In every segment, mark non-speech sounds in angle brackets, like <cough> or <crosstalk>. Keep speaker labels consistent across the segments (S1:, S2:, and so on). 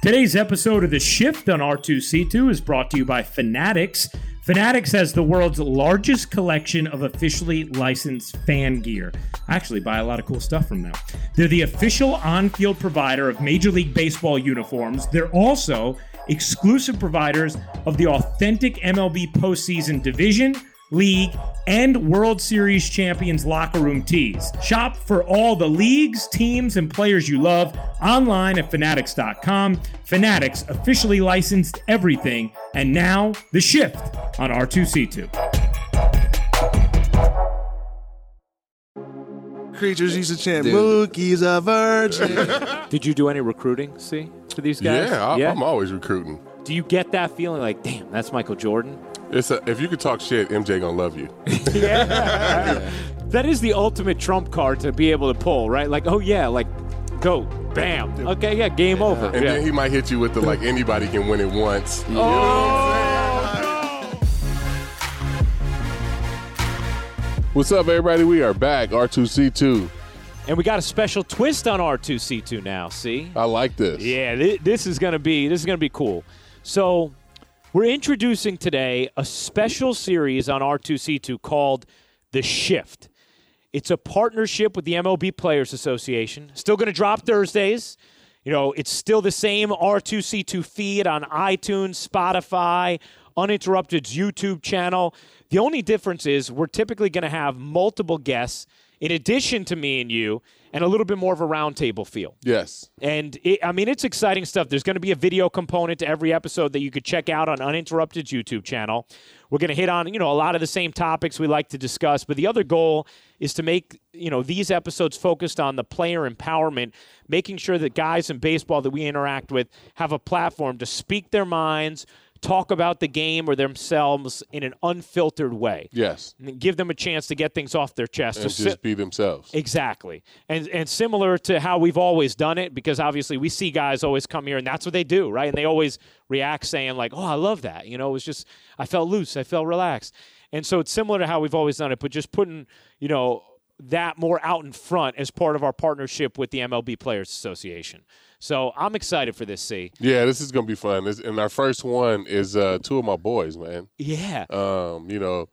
S1: Today's episode of The Shift on R2C2 is brought to you by Fanatics. Fanatics has the world's largest collection of officially licensed fan gear. I actually buy a lot of cool stuff from them. They're the official on field provider of Major League Baseball uniforms. They're also exclusive providers of the authentic MLB postseason division, league, and World Series champions locker room tees. Shop for all the leagues, teams, and players you love online at fanatics.com. Fanatics officially licensed everything, and now the shift on R2C2.
S2: creatures used to chant,
S3: Dude.
S2: Mookie's a virgin.
S4: Did you do any recruiting, see, for these guys?
S5: Yeah, I, I'm always recruiting.
S4: do you get that feeling like, damn, that's Michael Jordan?
S5: It's a, if you could talk shit, MJ gonna love you.
S4: That is the ultimate trump card to be able to pull, right? Like, oh yeah, like, go, bam. Okay, yeah, game over.
S5: And
S4: yeah.
S5: then he might hit you with the like anybody can win it once.
S4: Oh,
S5: What's up, everybody? We are back. R2C2.
S4: And we got a special twist on R2C2 now, see?
S5: I like this.
S4: Yeah, thi- this is gonna be this is gonna be cool. So we're introducing today a special series on R2C2 called The Shift. It's a partnership with the MLB Players Association. Still gonna drop Thursdays. You know, it's still the same R2C2 feed on iTunes, Spotify, Uninterrupted's YouTube channel. The only difference is we're typically going to have multiple guests in addition to me and you, and a little bit more of a roundtable feel.
S5: Yes.
S4: And it, I mean, it's exciting stuff. There's going to be a video component to every episode that you could check out on Uninterrupted's YouTube channel. We're going to hit on, you know, a lot of the same topics we like to discuss, but the other goal is to make, you know, these episodes focused on the player empowerment, making sure that guys in baseball that we interact with have a platform to speak their minds, talk about the game or themselves in an unfiltered way.
S5: Yes.
S4: And give them a chance to get things off their chest.
S5: And
S4: So
S5: just
S4: si-
S5: be themselves.
S4: Exactly. And and similar to how we've always done it, because obviously we see guys always come here and that's what they do, right? And they always react saying, like, oh, I love that. You know, it was just I felt loose, I felt relaxed. And so it's similar to how we've always done it, but just putting, you know, that more out in front as part of our partnership with the MLB Players Association. So I'm excited for this, C.
S5: Yeah, this is gonna be fun. This, and our first one is uh, two of my boys, man.
S4: Yeah.
S5: Um, you know,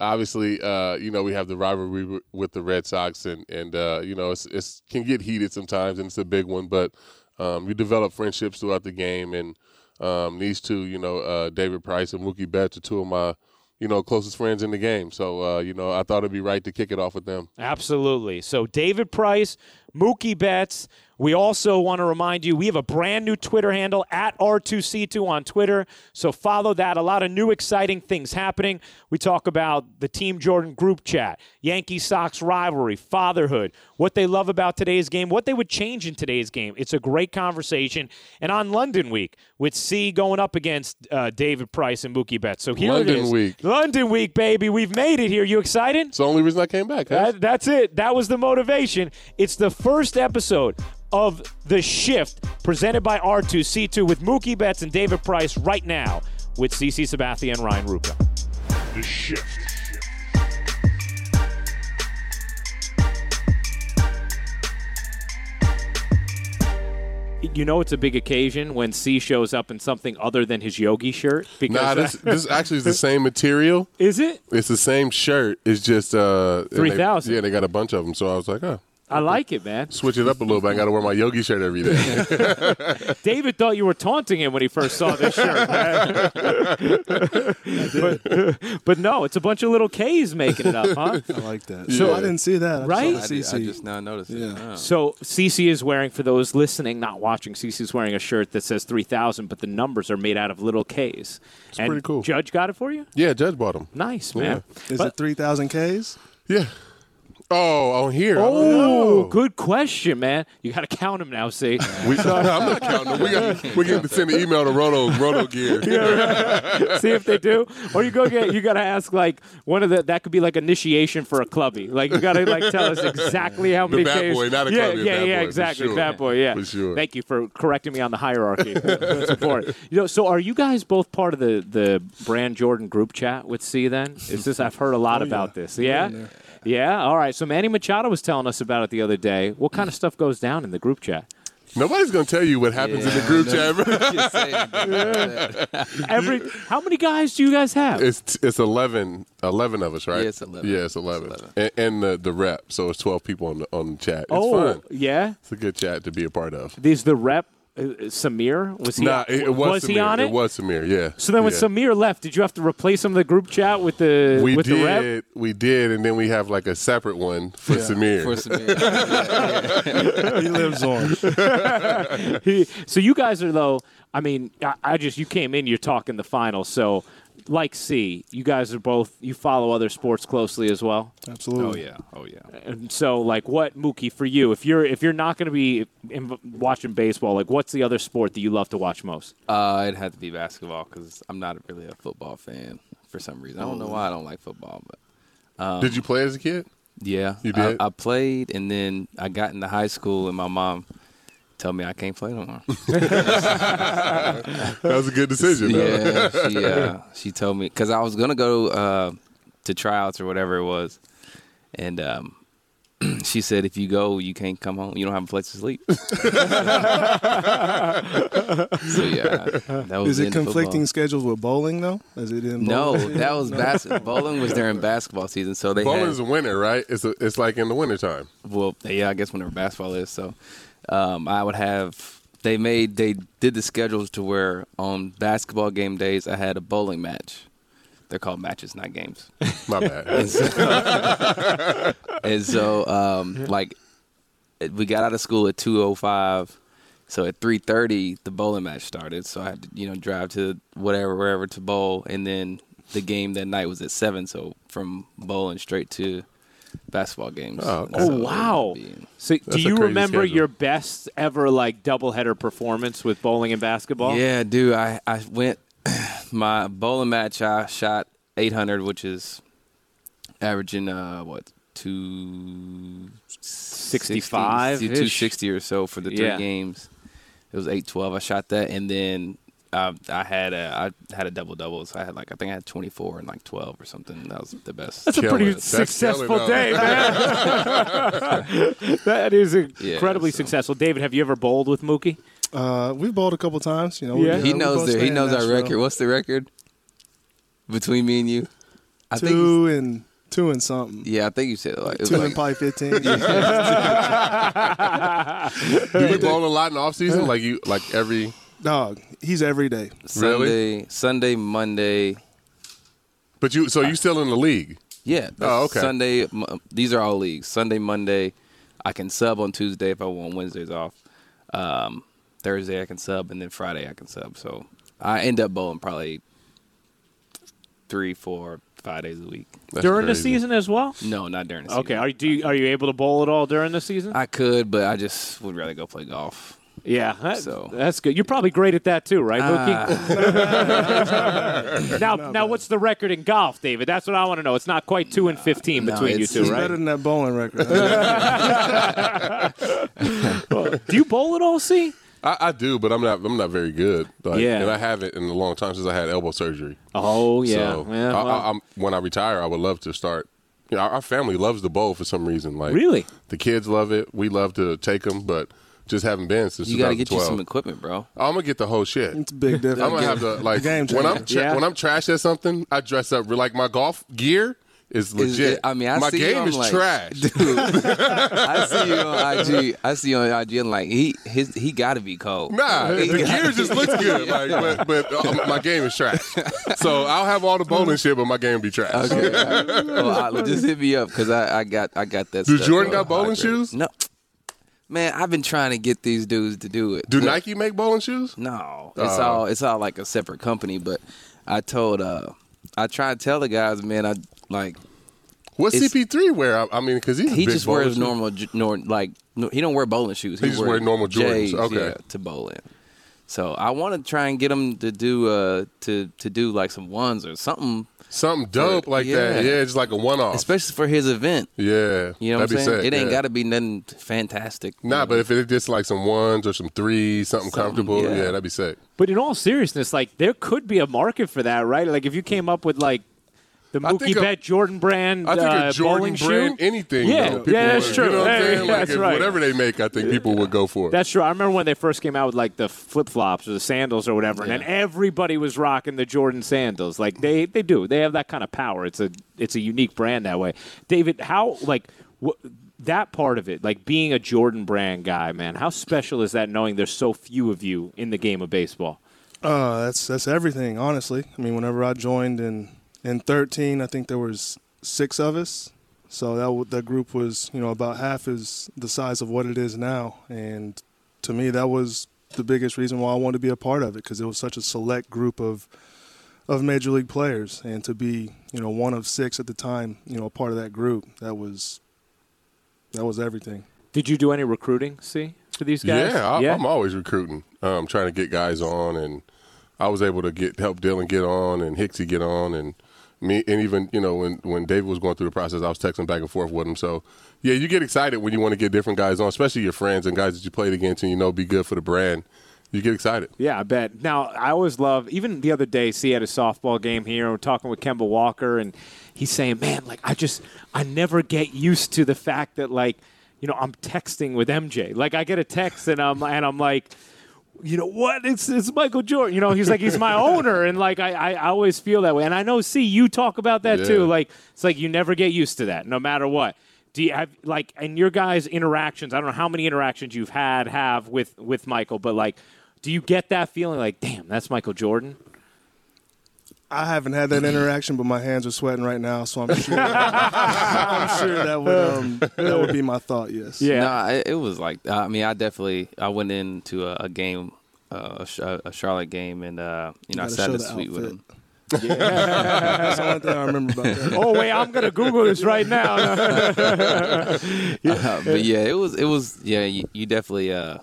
S5: obviously, uh, you know, we have the rivalry w- with the Red Sox, and and uh, you know, it's it's can get heated sometimes, and it's a big one. But um, you develop friendships throughout the game, and um, these two, you know, uh, David Price and Mookie Betts are two of my, you know, closest friends in the game. So uh, you know, I thought it'd be right to kick it off with them.
S4: Absolutely. So David Price, Mookie Betts. We also want to remind you we have a brand new Twitter handle at R2C2 on Twitter. So follow that. A lot of new exciting things happening. We talk about the Team Jordan group chat, Yankee Sox rivalry, fatherhood, what they love about today's game, what they would change in today's game. It's a great conversation. And on London Week, with C going up against uh, David Price and Mookie Betts. So here
S5: London
S4: it is.
S5: Week.
S4: London Week, baby. We've made it here. You excited?
S5: It's the only reason I came back. Huh?
S4: That, that's it. That was the motivation. It's the first episode of The Shift presented by R2C2 with Mookie Betts and David Price right now with CC Sabathia and Ryan Ruka. You know it's a big occasion when C shows up in something other than his yogi shirt because
S5: Nah, this this actually is the same material.
S4: is it?
S5: It's the same shirt. It's just uh, and they-
S4: 3,000.
S5: Yeah, they got a bunch of them. So I was like, oh,
S4: I like it, man.
S5: switch it up a little bit. I got to wear my yogi shirt every day.
S4: David thought you were taunting him when he first saw this
S5: <laughs>
S4: shirt, man. but, but no, it's a bunch of little K's making it up,
S5: <laughs>
S4: huh?
S2: I like that.
S5: So-
S2: So I didn't see that. I just
S4: Right?
S2: saw
S3: I,
S2: the
S3: did- I
S2: CC.
S3: just now noticed it.
S2: Yeah.
S3: Oh.
S4: So Cece is wearing, for those listening, not watching, Cece is wearing a shirt that says 3,000, but the numbers are made out of little Ks. It's
S5: pretty cool.
S4: Judge got it for you?
S5: yeah, Judge bought them.
S4: Nice, man.
S2: Is
S4: But-
S2: it 3,000 Ks?
S5: Yeah. Oh, on here. I don't
S4: oh,
S5: know.
S4: good question, man. You got to count them now, see?
S5: We, I'm not counting. them.
S4: <laughs>
S5: We got we get to send an email to Roto Roto Gear.
S4: see if they do. Or you go get, you got to ask, like, one of the, that could be like initiation for a clubby. Like, you got to, like, tell us exactly how many
S5: bad
S4: Ks.
S5: boy, not a
S4: yeah,
S5: clubby, a
S4: Yeah,
S5: bad
S4: yeah,
S5: boy, for
S4: exactly.
S5: sure.
S4: Bad boy, yeah.
S5: For sure.
S4: Thank you for correcting me on the hierarchy. <laughs> That's important. You know, so are you guys both part of the, the Brand Jordan group chat with C then? Is this, I've heard a lot about this. Oh, Yeah? yeah? All right. So Manny Machado was telling us about it the other day. What kind of stuff goes down in the group chat?
S5: Nobody's gonna tell you what happens in the group chat. bro.
S3: <laughs>
S4: <laughs>
S3: Just <laughs> saying, bro.
S4: Every how many guys do you guys have?
S5: It's it's 11, 11 of us, right?
S3: Yeah, it's 11.
S5: Yeah, it's eleven,
S3: It's 11.
S5: And, and the the rep. So it's twelve people on the on the chat. It's
S4: oh,
S5: fun.
S4: yeah.
S5: It's a good chat to be a part of.
S4: These the rep uh, uh, Samir was he?
S5: Nah, it, it was,
S4: he
S5: Samir.
S4: on it?
S5: It was Samir. Yeah.
S4: So then when
S5: yeah.
S4: Samir left, did you have to replace him in the group chat with the
S5: we
S4: with
S5: did,
S4: the rep?
S5: we did, and then we have like a separate one for Samir.
S3: For some yeah, yeah.
S2: he lives on.
S4: <laughs> He- so you guys are though. I mean, I, I just you came in. You're talking the final. So, like C, you guys are both. You follow other sports closely as well.
S2: <laughs>
S3: Oh
S2: Absolutely.
S3: yeah. Oh yeah.
S4: And so, like, what Mookie for you? If you're if you're not going to be in, watching baseball, like, what's the other sport that you love to watch most?
S3: Uh, it'd have to be basketball because I'm not really a football fan for some reason. I don't know why I don't like football, but
S5: did you play as a kid?
S3: yeah,
S5: You
S3: I-
S5: did?
S3: I, played, and then I got into high school, and my mom told me I can't play no more.
S5: That was a
S4: <laughs>
S5: good decision. though.
S3: yeah, she uh, she told me because I was gonna go uh, to tryouts or whatever it was, and um, <clears throat> she said if you go, you can't come home. You don't have a place to sleep. <laughs> so yeah, that
S2: Is
S3: was Oh, the
S2: it
S3: end of football.
S2: conflicting schedules with bowling though? Is it in
S3: No,
S2: bowling?
S3: that was bas- bowling was during basketball season, so they had-
S5: Bowling's a winter, right? It's a, it's like in the wintertime.
S3: well, yeah, I guess whenever basketball is. So um, I would have. They made they did the schedules to where on basketball game days I had a bowling match. They're called matches,
S5: <laughs>
S3: not games. <laughs>
S5: My bad.
S3: and so, um, like, it- we got out of school at two o five. So at three thirty, the bowling match started. So I had to, you know, drive to whatever, wherever to bowl, and then the game that night was at seven. So from bowling straight to basketball games.
S5: Oh, okay.
S3: So
S4: Oh
S3: it would
S4: wow!
S3: be-
S4: So do
S5: a
S4: you
S5: crazy
S4: remember
S5: schedule.
S4: your best ever like doubleheader performance with bowling and basketball?
S3: Yeah, dude. I, I went <clears throat> my bowling match. I shot 800, which is averaging uh what two sixty
S4: 65 -ish?
S3: two sixty or so for the three
S4: Yeah.
S3: games. It was 812. I shot that, and then I, I had a I had a double double. So I had like I think I had 24 and like 12 or something. That was the best.
S4: That's a
S5: Killing
S4: pretty
S5: it. That's
S4: successful
S5: killing
S4: day,
S5: it.
S4: man. <laughs> that is
S3: Yeah,
S4: incredibly
S3: so-
S4: successful. David, have you ever bowled with Mookie?
S2: Uh, we bowled a couple times. You know.
S4: Yeah.
S2: we, uh,
S3: <laughs> he
S2: we
S3: knows
S2: both
S3: the,
S2: stay
S3: he
S2: in
S3: knows our
S2: Nashville.
S3: record. What's the record between me and you? I think.
S2: Two and two and something.
S3: Yeah, I think you said like it was
S2: Two
S3: like
S2: and probably
S3: <laughs>
S2: fifteen.
S5: Do
S3: <laughs>
S5: you bowl a lot in the off season? Like you, like every.
S2: Dog, he's every day.
S3: Sunday,
S5: Really?
S3: Sunday, Monday.
S5: But you, so you still in the league?
S3: Yeah.
S5: Oh, okay.
S3: Sunday. Mo- These are all leagues. Sunday, Monday. I can sub on Tuesday if I want. Wednesdays off. Um, Thursday I can sub, and then Friday I can sub. So I end up bowling probably three, four, five days a week.
S5: That's
S4: during the
S5: crazy.
S4: season as well?
S3: No, not during the season.
S4: Okay. Are you, do you, are you able to bowl at all during the season?
S3: I could, but I just would rather go play golf.
S4: yeah. That,
S3: so-
S4: that's good. You're probably great at that too, right, Mookie? <laughs> now, now, what's the record in golf, David? That's what I want to know. It's not quite two and fifteen
S3: No,
S4: between you
S3: it's-
S4: two,
S2: He's
S4: right?
S2: better than that bowling record. <laughs>
S4: do you bowl at all? See?
S5: I, I do, but I'm not. I'm not very good. Like,
S4: Yeah.
S5: and I haven't in a long time since I had elbow surgery.
S4: Oh yeah.
S5: So
S4: yeah
S5: I,
S4: well,
S5: I, I'm, when I retire, I would love to start. You know, our, our family loves the bowl for some reason. Like
S4: really?
S5: the kids love it. We love to take them, but just haven't been since
S3: You got to get you
S5: 2012.
S3: some equipment, bro.
S5: Oh, I'm gonna get the whole shit.
S2: it's a big difference.
S5: I'm gonna have to like
S2: Game
S5: when I'm
S2: changer.
S5: tra-
S4: Yeah.
S5: when I'm trash at something, I dress up. Like my golf gear is
S3: Is
S5: legit.
S3: it- I mean, I
S5: my
S3: see you,
S5: game
S3: I'm
S5: is
S3: like, <laughs>
S5: trash. <laughs>
S3: Dude, I see you on IG. I see you on IG. and like he, his, he got to be cold.
S5: Nah, the gear just looks good, like, but, but uh, my game is trash. So I'll have all the bowling shit, but my game will be trash.
S3: <laughs> Okay. all right. well, I- well, just hit me up because I, I got, I got that.
S5: Do
S3: stuff,
S5: Jordan
S3: bro.
S5: got bowling
S3: Hot grades.
S5: shoes?
S3: No, man. I've been trying to get these dudes to do it.
S5: Do
S3: But-
S5: Nike Oh. make bowling shoes?
S3: No, it's all, it's all like a separate company. But I told, uh, I try to tell the guys, man. I like
S5: What
S3: It's-
S5: CP3 wear? I, I mean, because he's a
S3: he
S5: big
S3: just
S5: bowling
S3: wears
S5: shoe.
S3: normal, j- nor, like no, he don't wear bowling shoes. He,
S5: just
S3: wears
S5: wear normal Jordans.
S3: J's,
S5: Okay.
S3: yeah, to bowl in. So I want to try and get him to do uh to to do like some ones or something,
S5: Something dope like that.
S3: Yeah.
S5: Yeah, just like a one off.
S3: especially for his event.
S5: Yeah,
S3: You know what
S5: that'd
S3: I'm
S5: be
S3: saying?
S5: sick,
S3: it ain't
S5: yeah.
S3: got to be nothing fantastic.
S5: Nah, but if it's just like some ones or some threes, something, comfortable,
S3: yeah.
S5: yeah. that'd be sick.
S4: But in all seriousness, like there could be a market for that, right? Like if you came up with like the the
S5: I think
S4: Mookie
S5: a-
S4: Bet Jordan brand
S5: I think
S4: uh,
S5: a Jordan
S4: bowling
S5: brand,
S4: shoe.
S5: anything.
S4: Yeah. Yeah,
S5: though, people
S4: that's
S5: would-
S4: true.
S5: You know what I'm
S4: Yeah,
S5: saying? Like,
S4: that's
S5: if-
S4: right.
S5: Whatever they make, I think people would go for it.
S4: That's true. I remember when they first came out with like the flip flops or the sandals or whatever, and then everybody was rocking the Jordan sandals. Like they, they do. They have that kind of power. It's a it's a unique brand that way. David, how like wh- that part of it, like being a Jordan brand guy, man, how special is that? Knowing there's so few of you in the game of baseball.
S2: Uh, that's that's everything. Honestly, I mean, whenever I joined in in thirteen, I think there was six of us. So that w- that group was you know about half is the size of what it is now, and to me that was the biggest reason why I wanted to be a part of it because it was such a select group of of major league players, and to be you know one of six at the time, you know, a part of that group that was that was everything.
S4: Did you do any recruiting? See for these guys?
S5: Yeah, I, I'm always recruiting. Um, trying to get guys on, and I was able to get help Dylan get on and Hicksy get on, and me, and even you know when when David was going through the process, I was texting back and forth with him. So yeah, you get excited when you want to get different guys on, especially your friends and guys that you played against and you know be good for the brand. You get excited.
S4: Yeah, I bet. Now, I always love, even the other day, see at a softball game here, and we're talking with Kemba Walker, and he's saying, man, like, I just, I never get used to the fact that, like, you know, I'm texting with MJ. Like, I get a text, and I'm, and I'm like, you know what? It's it's Michael Jordan. You know, he's like
S5: <laughs>
S4: he's my owner, and like I, I I always feel that way. And I know, see, you talk about that
S5: Yeah.
S4: too. Like it's like you never get used to that, no matter what. Do you have like and your guys' interactions? I don't know how many interactions you've had have with with Michael, but like, do you get that feeling like, damn, that's Michael Jordan?
S2: I haven't had that interaction, but my hands are sweating right now, so I'm sure, I'm sure that would um, that would be my thought. Yes.
S4: Yeah.
S3: Nah, it, it was like I mean, I definitely I went into a, a game, uh, a, Sh- a Charlotte game, and uh, you know I
S2: Gotta
S3: sat
S2: show
S3: in the
S2: the
S3: suite with him.
S2: outfit. That's the only thing I remember about that.
S4: <laughs> <laughs> Oh wait, I'm gonna Google this right <laughs> now.
S3: Uh, <laughs> but yeah, it was it was yeah. You, you definitely uh,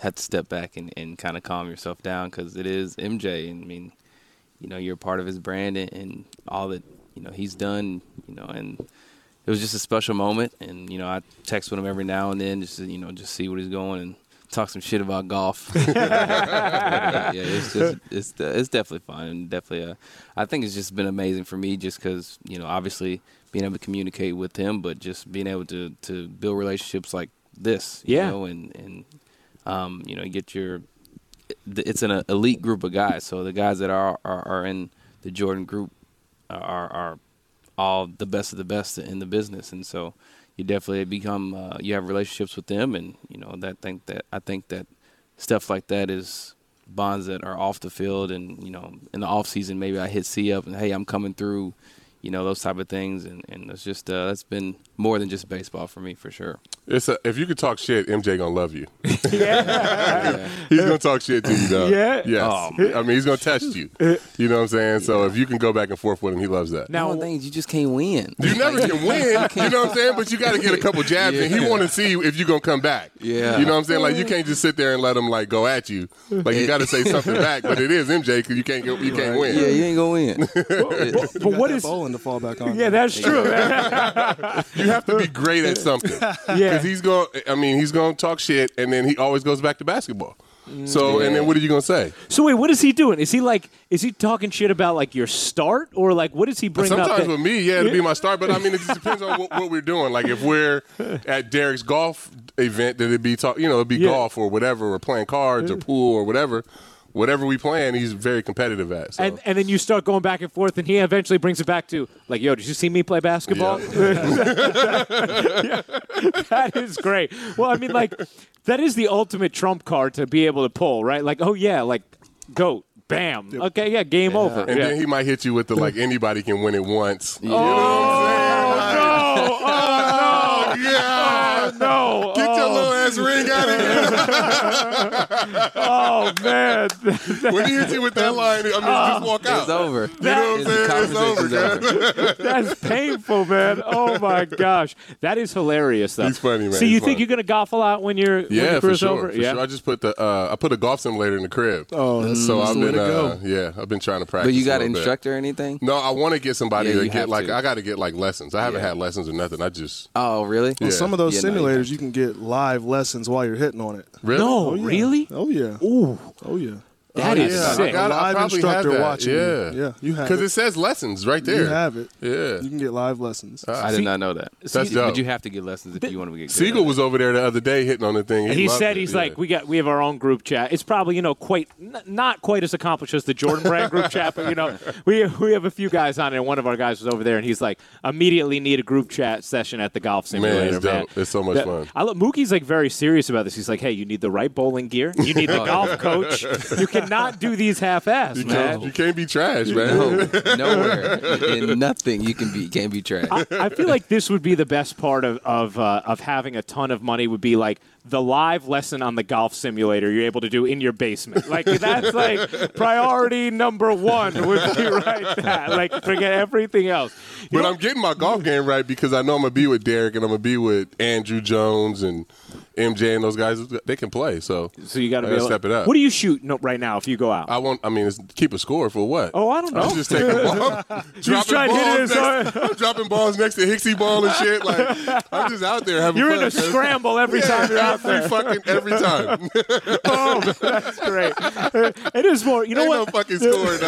S3: had to step back and, and kind of calm yourself down because it is MJ. And I mean, you know, you're a part of his brand and, and all that you know he's done. You know, and it was just a special moment. And you know, I text with him every now and then just to, you know just see what he's going and talk some shit about golf. <laughs> But, uh, yeah, it's just it's uh, it's definitely fun and definitely. Uh, I think it's just been amazing for me just because you know obviously being able to communicate with him, but just being able to to build relationships like this. You
S4: Yeah.
S3: know, and and um, you know get your it's an uh, elite group of guys. So the guys that are are, are in the Jordan group are are all the best of the best in the business, and so you definitely become uh, you have relationships with them, and you know that think that I think that stuff like that is bonds that are off the field, and you know in the off season maybe I hit C up and hey I'm coming through, you know those type of things, and and it's just uh, that's been more than just baseball for me for <laughs> sure.
S5: It's a, if you could talk shit, MJ gonna love you.
S4: yeah.
S5: He's gonna talk shit to you, though.
S4: Yeah.
S5: Yes.
S3: Oh,
S5: I mean, he's gonna test you. You know what I'm saying? So if you can go back and forth with him, he loves that.
S4: Now,
S3: One thing is you just can't win.
S5: You never can win. You know what I'm saying? But you got to get a couple jabs, and he want to see if you're gonna come back.
S3: Yeah.
S5: You know what I'm saying? Like you can't just sit there and let him like go at you. Like you got to say something back. But it is MJ because you can't go, you can't win.
S3: <laughs> Yeah, you ain't gonna win.
S5: <laughs>
S4: but, but
S2: Got
S4: what
S2: that
S4: is?
S2: bowling to fall back on?
S4: Yeah, that's true.
S5: You have to be great at
S3: <laughs>
S5: something.
S4: yeah.
S5: Because he's going. to I mean, he's going to talk shit, and then he always goes back to basketball. So and then what are you gonna say?
S4: So wait, what is he doing? Is he like is he talking shit about like your start or like what does he bring up?
S5: Sometimes
S4: that-
S5: with me, yeah, it'll be my start. But I mean, it just depends on what, what we're doing. Like
S4: <laughs>
S5: if we're at Derek's golf event, then it'd be talk, you know, it'd be
S4: Yeah. Uh.
S5: golf or whatever, or playing cards or pool or whatever. Whatever we playing, he's very competitive at. So.
S4: and, and then you start going back and forth, and he eventually brings it back to like, "Yo, did you see me play basketball?" <laughs> that is great. Well, I mean, like, that is the ultimate trump card to be able to pull, right? Like, oh yeah, like, goat, bam, okay, yeah, game over.
S5: And
S4: Yeah.
S5: then he might hit you with the like anybody can win it once. You know
S4: oh no! Oh
S5: what I'm saying? Yeah.
S4: no! no!
S5: Get
S4: oh,
S5: your little ass ring out
S4: <laughs>
S5: of here.
S4: oh man!
S5: When he hits you with that line, I mean,
S4: Oh.
S5: just walk out.
S3: It's over.
S5: know what I'm
S3: It's- the
S5: saying? It's
S3: conversation's
S5: over,
S3: over.
S5: <laughs>
S4: That's painful, man. Oh my gosh, that is hilarious, though.
S5: He's funny, man.
S4: So you
S5: He's
S4: think
S5: funny.
S4: you're gonna golf a lot when you're when
S5: Yeah,
S4: your
S5: for
S4: career's
S5: sure.
S4: over?
S5: For sure. I just put the uh, I put a golf simulator in the crib.
S2: Oh, that's-
S3: Mm,
S5: so
S2: that's
S5: I've
S2: the way
S5: been
S2: to
S5: uh,
S2: go.
S5: yeah, I've been trying to practice.
S3: But you got
S5: a
S3: an
S5: little bit.
S3: instructor or anything?
S5: No, I want to get somebody
S3: Yeah,
S5: to
S3: you
S5: get
S3: have
S5: like
S3: to.
S5: I got to get like lessons. I haven't
S3: Yeah.
S5: had lessons or nothing. I just
S3: Oh, really?
S5: Yeah.
S2: Some of those
S3: Yeah, no, you
S2: simulators you can get live lessons while you're hitting on it.
S5: really.
S4: No,
S2: yeah.
S4: really?
S2: Oh yeah.
S4: Ooh,
S2: Oh yeah.
S4: That
S5: oh,
S4: is
S5: yeah.
S4: sick.
S5: I got it. I
S2: live
S5: probably
S2: instructor
S5: have that.
S2: watching. you.
S5: Yeah.
S2: yeah, you have
S5: Because
S2: it.
S5: it says lessons right there.
S2: You have it.
S5: Yeah.
S2: You can get live lessons.
S3: I did not know that.
S5: That's dope.
S3: But you have to get lessons if you want to get good.
S5: Siegel was over there the other day hitting on the thing.
S4: He
S5: loved
S4: said
S5: it.
S4: he's
S5: Yeah.
S4: like we got we have our own group chat. It's probably you know quite n- not quite as accomplished as the Jordan Brand group chat, but you know we we have a few guys on it. and One of our guys was over there, and he's like immediately need a group chat session at the golf simulator.
S5: Man, it's dope. It's so much
S4: That-
S5: fun.
S4: I look, Mookie's like very serious about this. He's like, hey, you need the right bowling gear. You need
S5: <laughs>
S4: the golf coach. You cannot do these half ass,
S5: You
S4: man.
S5: can't, you can't be trash, man.
S3: No,
S2: <laughs>
S3: nowhere in nothing you can be can't be trash.
S5: <laughs>
S4: I, I feel like this would be the best part of of, uh, of having a ton of money would be like the live lesson on the golf simulator you're able to do in your basement. Like that's like priority number one would be <laughs> right that. Like forget everything else. <laughs> You
S5: But
S4: know,
S5: I'm getting my golf game right because I know I'm gonna be with Derek and I'm gonna be with Andrew Jones and MJ and those guys. They can play, so
S4: so you got to
S5: I
S4: be able,
S5: step it up.
S4: What do you shoot no, right now if you go out?
S5: I won't. I mean, it's keep a score for what?
S4: Oh, I don't know.
S5: I'm
S4: <laughs>
S5: just taking balls, dropping
S4: trying to hit it
S5: balls.
S4: as
S5: next, <laughs> I'm dropping balls next to Hixie ball and shit. Like I'm just out there having
S4: you're
S5: fun.
S4: in a
S5: man.
S4: scramble every time you're out
S5: Every
S4: there.
S5: fucking
S4: <laughs>
S5: every time. Ain't
S4: Boom. <laughs> That's great. It is more. You know
S5: no
S4: what? <laughs>
S5: fucking score,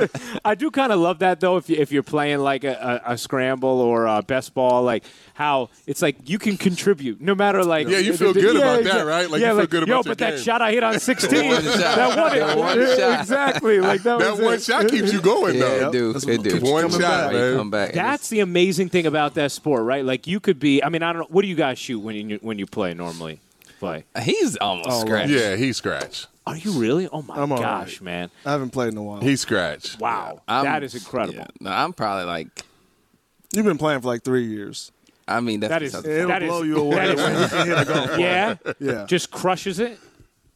S5: dog.
S4: I do kind of love that though. If you, if you're playing like a, a, a scramble or a best ball, like how it's like you can contribute no matter like
S5: Yeah, you feel good about that, right? Like,
S4: yeah,
S5: you feel
S4: like,
S5: good
S4: yo,
S5: about your
S4: but that
S5: game."
S4: shot I
S5: <laughs>
S4: hit on 16,
S3: That one shot.
S4: that one,
S3: That
S4: <laughs>
S3: one
S4: yeah,
S3: shot.
S4: exactly like that,
S5: That
S4: was
S5: one
S4: it.
S5: shot keeps you going,
S3: Yeah,
S5: though.
S3: it do.
S2: That's
S3: It do.
S5: one shot,
S3: Keeps coming back,
S5: man.
S3: Come back.
S4: That's the amazing thing about that sport, right? Like you could be. I mean, I don't know. What do you guys shoot when you when you play normally? Play?
S3: he's almost
S2: Oh,
S3: scratched.
S5: Yeah, he scratch.
S4: Are you really? Oh my
S2: I'm all
S4: gosh,
S2: right.
S4: man!
S2: I haven't played in a while.
S5: He scratch.
S4: Wow,
S3: I'm-
S4: that is incredible.
S3: yeah. No, I'm probably like.
S2: You've been playing for like three years.
S3: I mean, that's
S4: That is-
S3: something.
S2: It'll
S4: That is-
S2: blow you away.
S4: that is-
S2: when he can hit a golf ball.
S4: Yeah,
S2: Yeah.
S4: just crushes it.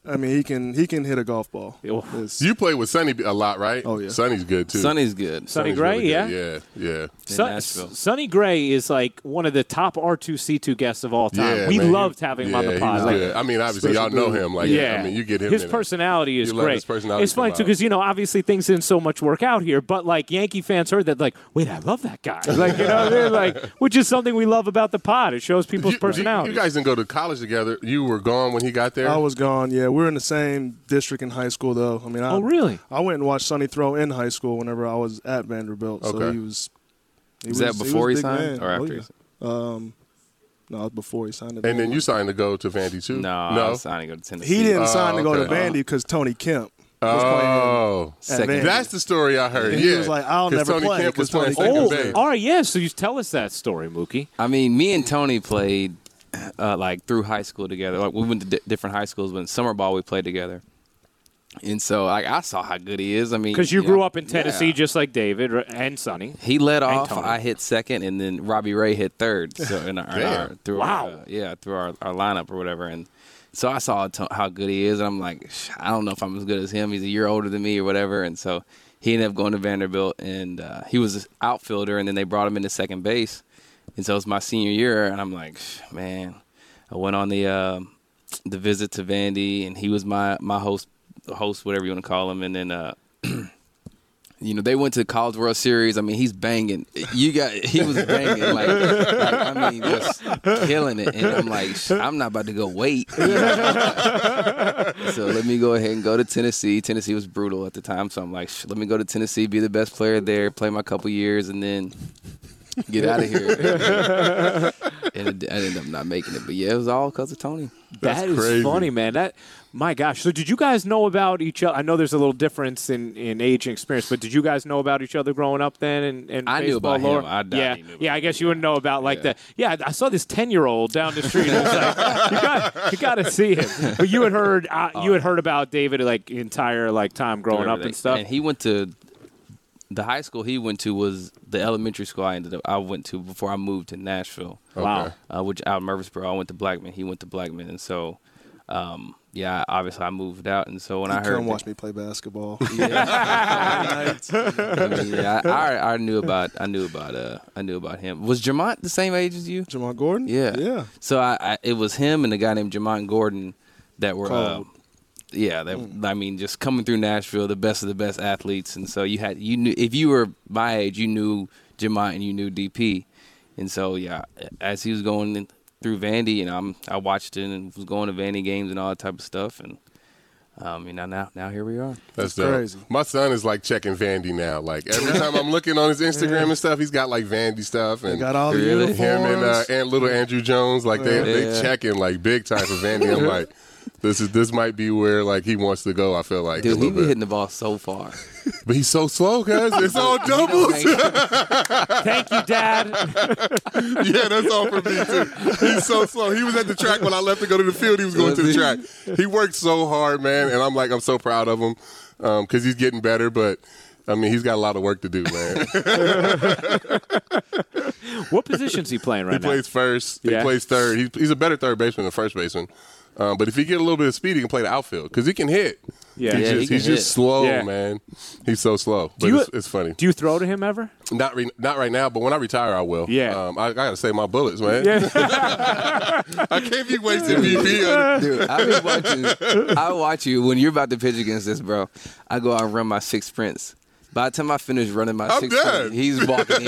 S2: I mean, he can he can hit a golf ball.
S4: Ew.
S2: It's-
S5: You play with Sonny a lot, right?
S2: Oh, yeah.
S5: Sonny's good too.
S3: Sonny's good.
S4: Sonny
S5: Sonny's
S4: Gray,
S5: really
S4: yeah.
S5: good. yeah, yeah.
S3: in
S4: Son,
S3: Nashville.
S4: Sonny Gray is like one of the top R2C2 guests of all time.
S5: Yeah,
S4: we
S5: man,
S4: loved
S5: he-
S4: having him
S5: yeah,
S4: on the
S5: he
S4: pod.
S5: was
S4: Like,
S5: good. I mean, obviously, y'all
S2: Special
S5: know
S2: dude.
S5: him. Like,
S4: yeah,
S5: I mean, you get him.
S4: His
S5: in there.
S4: personality is
S5: You love
S4: great.
S5: his personality
S4: it's funny
S5: come
S4: too
S5: out.
S4: because you know obviously things didn't so much work out here, but like Yankee fans heard that like, wait, I love that
S5: <laughs>
S4: guy. Like you know, they're like, which is something we love about the pod. It shows people's
S5: you,
S4: personality.
S5: You guys didn't go to college together. You were gone when he got there.
S2: I
S4: Oh,
S2: was gone. Yeah, we were in the same district in high school though. I mean, I,
S4: oh really?
S2: I went and watched Sonny throw in high school whenever I was at Vanderbilt. So
S5: Okay.
S2: he was. He
S3: Is that
S2: was- was
S3: before
S2: a
S3: he
S2: big
S3: signed
S2: man.
S3: or
S2: Oh,
S3: after he
S2: yeah.
S3: signed?
S2: No, it was before he signed.
S5: and then you signed to go to Vandy too.
S3: No, I
S5: no.
S3: was signing to go to Tennessee.
S2: he didn't
S5: Oh,
S2: sign to go to
S5: okay.
S2: Vandy because Tony Kemp. was playing.
S5: Oh,
S3: Second.
S2: Vandy.
S5: that's the story I heard.
S2: And he
S5: yeah,
S2: was like, "I'll
S5: 'Cause
S2: never
S5: Tony
S2: play,
S5: Kemp was
S2: 'cause
S5: playing
S2: Tony
S5: second
S4: Oh,
S5: base.
S4: all right, yeah. So you tell us that story, Mookie.
S3: I mean, me and Tony played uh, like through high school together. Like we went to di- different high schools, but in summer ball we played together. And so, like, I saw how good he is. I mean,
S4: Because you grew
S3: know,
S4: up in Tennessee,
S3: yeah.
S4: just like David right, and Sonny.
S3: He led off.
S4: Tony.
S3: I hit second, and then Robbie Ray hit third. So in our, in our-
S5: Damn.
S3: through
S4: Wow.
S3: our, uh, yeah, through our, our lineup or whatever. And so I saw to- how good he is, and I'm like, "Sh- I don't know if I'm as good as him. He's a year older than me or whatever. And so he ended up going to Vanderbilt, and uh, he was an outfielder, and then they brought him into second base. And so it was my senior year, and I'm like, "Sh- man, I went on the um the visit to Vandy, and he was my my host, host whatever you want to call him, and then. Uh, you know, they went to the College World Series. I mean, he's banging. You got he was banging like, like, I mean, just killing it. And I'm like, "Sh- I'm not about to go wait. <laughs> You know? so let me go ahead and go to Tennessee. Tennessee was brutal at the time, so I'm like, "Sh- let me go to Tennessee, be the best player there, play my couple years, and then get out of here. <laughs> and I ended up not making it, but yeah, it was all because of Tony.
S4: That's
S5: crazy.
S4: funny, man. That my gosh. So did you guys know about each other? I know there's a little difference in, in age and experience, but did you guys know about each other growing up then? And, and
S3: I knew
S4: baseball
S3: about
S4: lore?
S3: him. I doubt
S4: yeah,
S3: he knew about
S4: yeah. I guess you wouldn't know about like the yeah. I saw this ten year old down the street. It's like, <laughs> you got you got to see him. But you had heard uh, you had heard about David like entire like time growing up and
S3: everything.
S4: stuff.
S3: And he went to the high school he went to was the elementary school I ended up I went to before I moved to Nashville,
S4: Wow.
S3: uh, which out of Murfreesboro. I went to Blackman. He went to Blackman, and so um, yeah, obviously I moved out, and so when I heard
S2: Come
S3: that-
S2: watch me play basketball.
S3: <laughs>
S2: <laughs>
S3: I, mean, yeah, I, I, I knew about I knew about uh I knew about him. Was Jamont the same age as you?
S2: Jamon Gordon.
S3: Yeah.
S2: yeah.
S3: So I, I it was him and a guy named Jamont Gordon that were uh,
S2: Cold.
S3: yeah, that I mean just coming through Nashville, the best of the best athletes and so you had you knew if you were my age, you knew Jamont and you knew DP. And so yeah, as he was going in, through Vandy and I'm I watched it and was going to Vandy games and all that type of stuff and Um, you know, now now here we are.
S2: That's
S5: That's dope.
S2: crazy.
S5: My son is like checking Vandy now. Like every time I'm looking on his Instagram and stuff, he's got like Vandy stuff and
S2: got all the
S3: Really?
S2: uniforms.
S5: him and uh, and little Andrew Jones. Like they
S3: Yeah.
S5: they checking like big time for Vandy. I'm like, this is this might be where like he wants to go. I feel like a
S3: Dude, he
S5: little
S3: be
S5: bit.
S3: hitting the ball
S5: <laughs>
S3: so far.
S5: but he's so slow, cause it's all
S3: <laughs>
S5: doubles.
S4: Thank you, Dad. <laughs>
S5: yeah, that's all for me too. He's so slow. He was at the track when I left to go to the field. He was going to the track. He worked so hard, man, and I'm like, I'm so proud of him because he's getting better. But I mean, he's got a lot of work to do,
S4: <laughs>
S5: man.
S4: what position's he playing right
S5: He
S4: now?
S5: plays first.
S4: Yeah.
S5: He plays third. He, he's a better third baseman than first baseman. Um, but if he get a little bit of speed, he can play the outfield because he can hit.
S4: Yeah.
S5: he's
S4: Yeah,
S5: just,
S3: he can
S5: he's
S3: hit.
S5: just slow,
S4: Yeah.
S5: man. He's so slow. But
S4: you-
S5: it's, it's funny.
S4: Do you throw to him
S3: <laughs>
S4: ever?
S5: Not re- not right now, but when I retire, I will.
S4: Yeah.
S5: Um, I, I gotta save my bullets, man.
S4: Yeah. <laughs>
S5: <laughs> I can't be wasting
S4: <laughs>
S5: BP. on-
S3: Dude, I be watching. I watch you when you're about to pitch against this, bro. I go out and run my six sprints. By the time I finish running my
S5: I'm
S3: six
S5: done.
S3: sprints, he's walking in.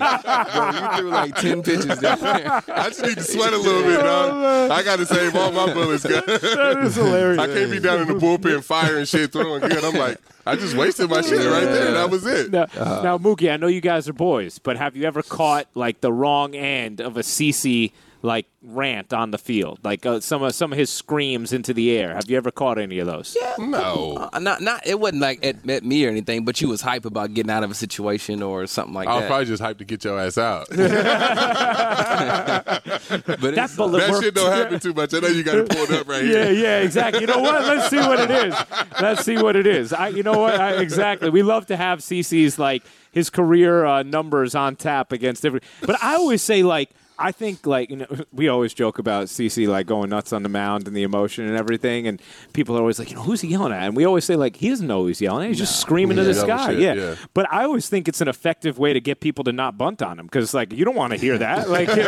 S5: <laughs>
S3: like, bro, you threw like ten pitches down there. <laughs>
S5: I just
S4: <laughs>
S5: need to sweat a little bit,
S4: Oh,
S5: dog. I gotta save all my bullets. that
S4: That's hilarious.
S5: I can't be down in the bullpen firing shit, throwing good. I'm like, I just wasted my shit right there. That was it.
S4: Now, now, Mookie, I know you guys are boys, but have you ever caught like the wrong end of a CC like rant on the field, like uh, some of some of his screams into the air? Have you ever caught any of those? Yeah.
S5: No.
S3: Uh, Not, not. It wasn't like at, at me or anything, but you was hype about getting out of a situation or something like
S5: I was
S3: that.
S5: probably just hyped to get your ass out.
S3: but
S4: That
S3: it's-
S4: bullet
S5: that
S4: worked.
S5: shit don't happen too much. I know you got it pulled up right
S4: Yeah,
S5: here.
S4: yeah, exactly. You know what? Let's see what it is. Let's see what it is. I, you know what? I, exactly. We love to have CC's like his career uh, numbers on tap against every. But I always say like. I think like you know <laughs> we always joke about CC like going nuts on the mound and the emotion and everything, and people are always like, you know, who's he yelling at? And we always say like he doesn't know who he's yelling at. He's just screaming to
S5: Yeah.
S4: the sky.
S5: Double
S4: Yeah.
S5: shit, yeah.
S4: But I always think it's an effective way to get people to not bunt on him because like you don't want to hear that. <laughs> Like, you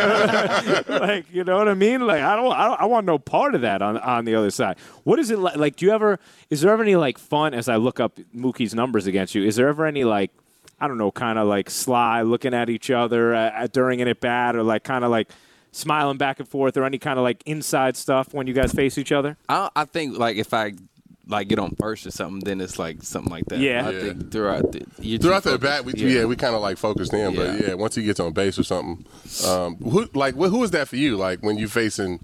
S4: know, like you know what I mean? Like I don't, I don't, I want no part of that on on the other side. What is it like? Like, do you ever? Is there ever any like fun as I look up Mookie's numbers against you? Is there ever any like? I don't know, kind of like sly looking at each other uh, at- during an at bat, or like kind of like smiling back and forth, or any kind of like inside stuff when you guys face each other.
S3: I, I think like if I like get on first or something, then it's like something like that.
S4: Yeah.
S3: I
S5: Yeah.
S3: think throughout the you're
S5: Throughout
S3: too
S5: the bat, we,
S3: focused.
S5: yeah. we kind of like focused in, but
S3: Yeah.
S5: yeah, once he gets on base or something, um, who like wh- who is that for you? Like when you facing,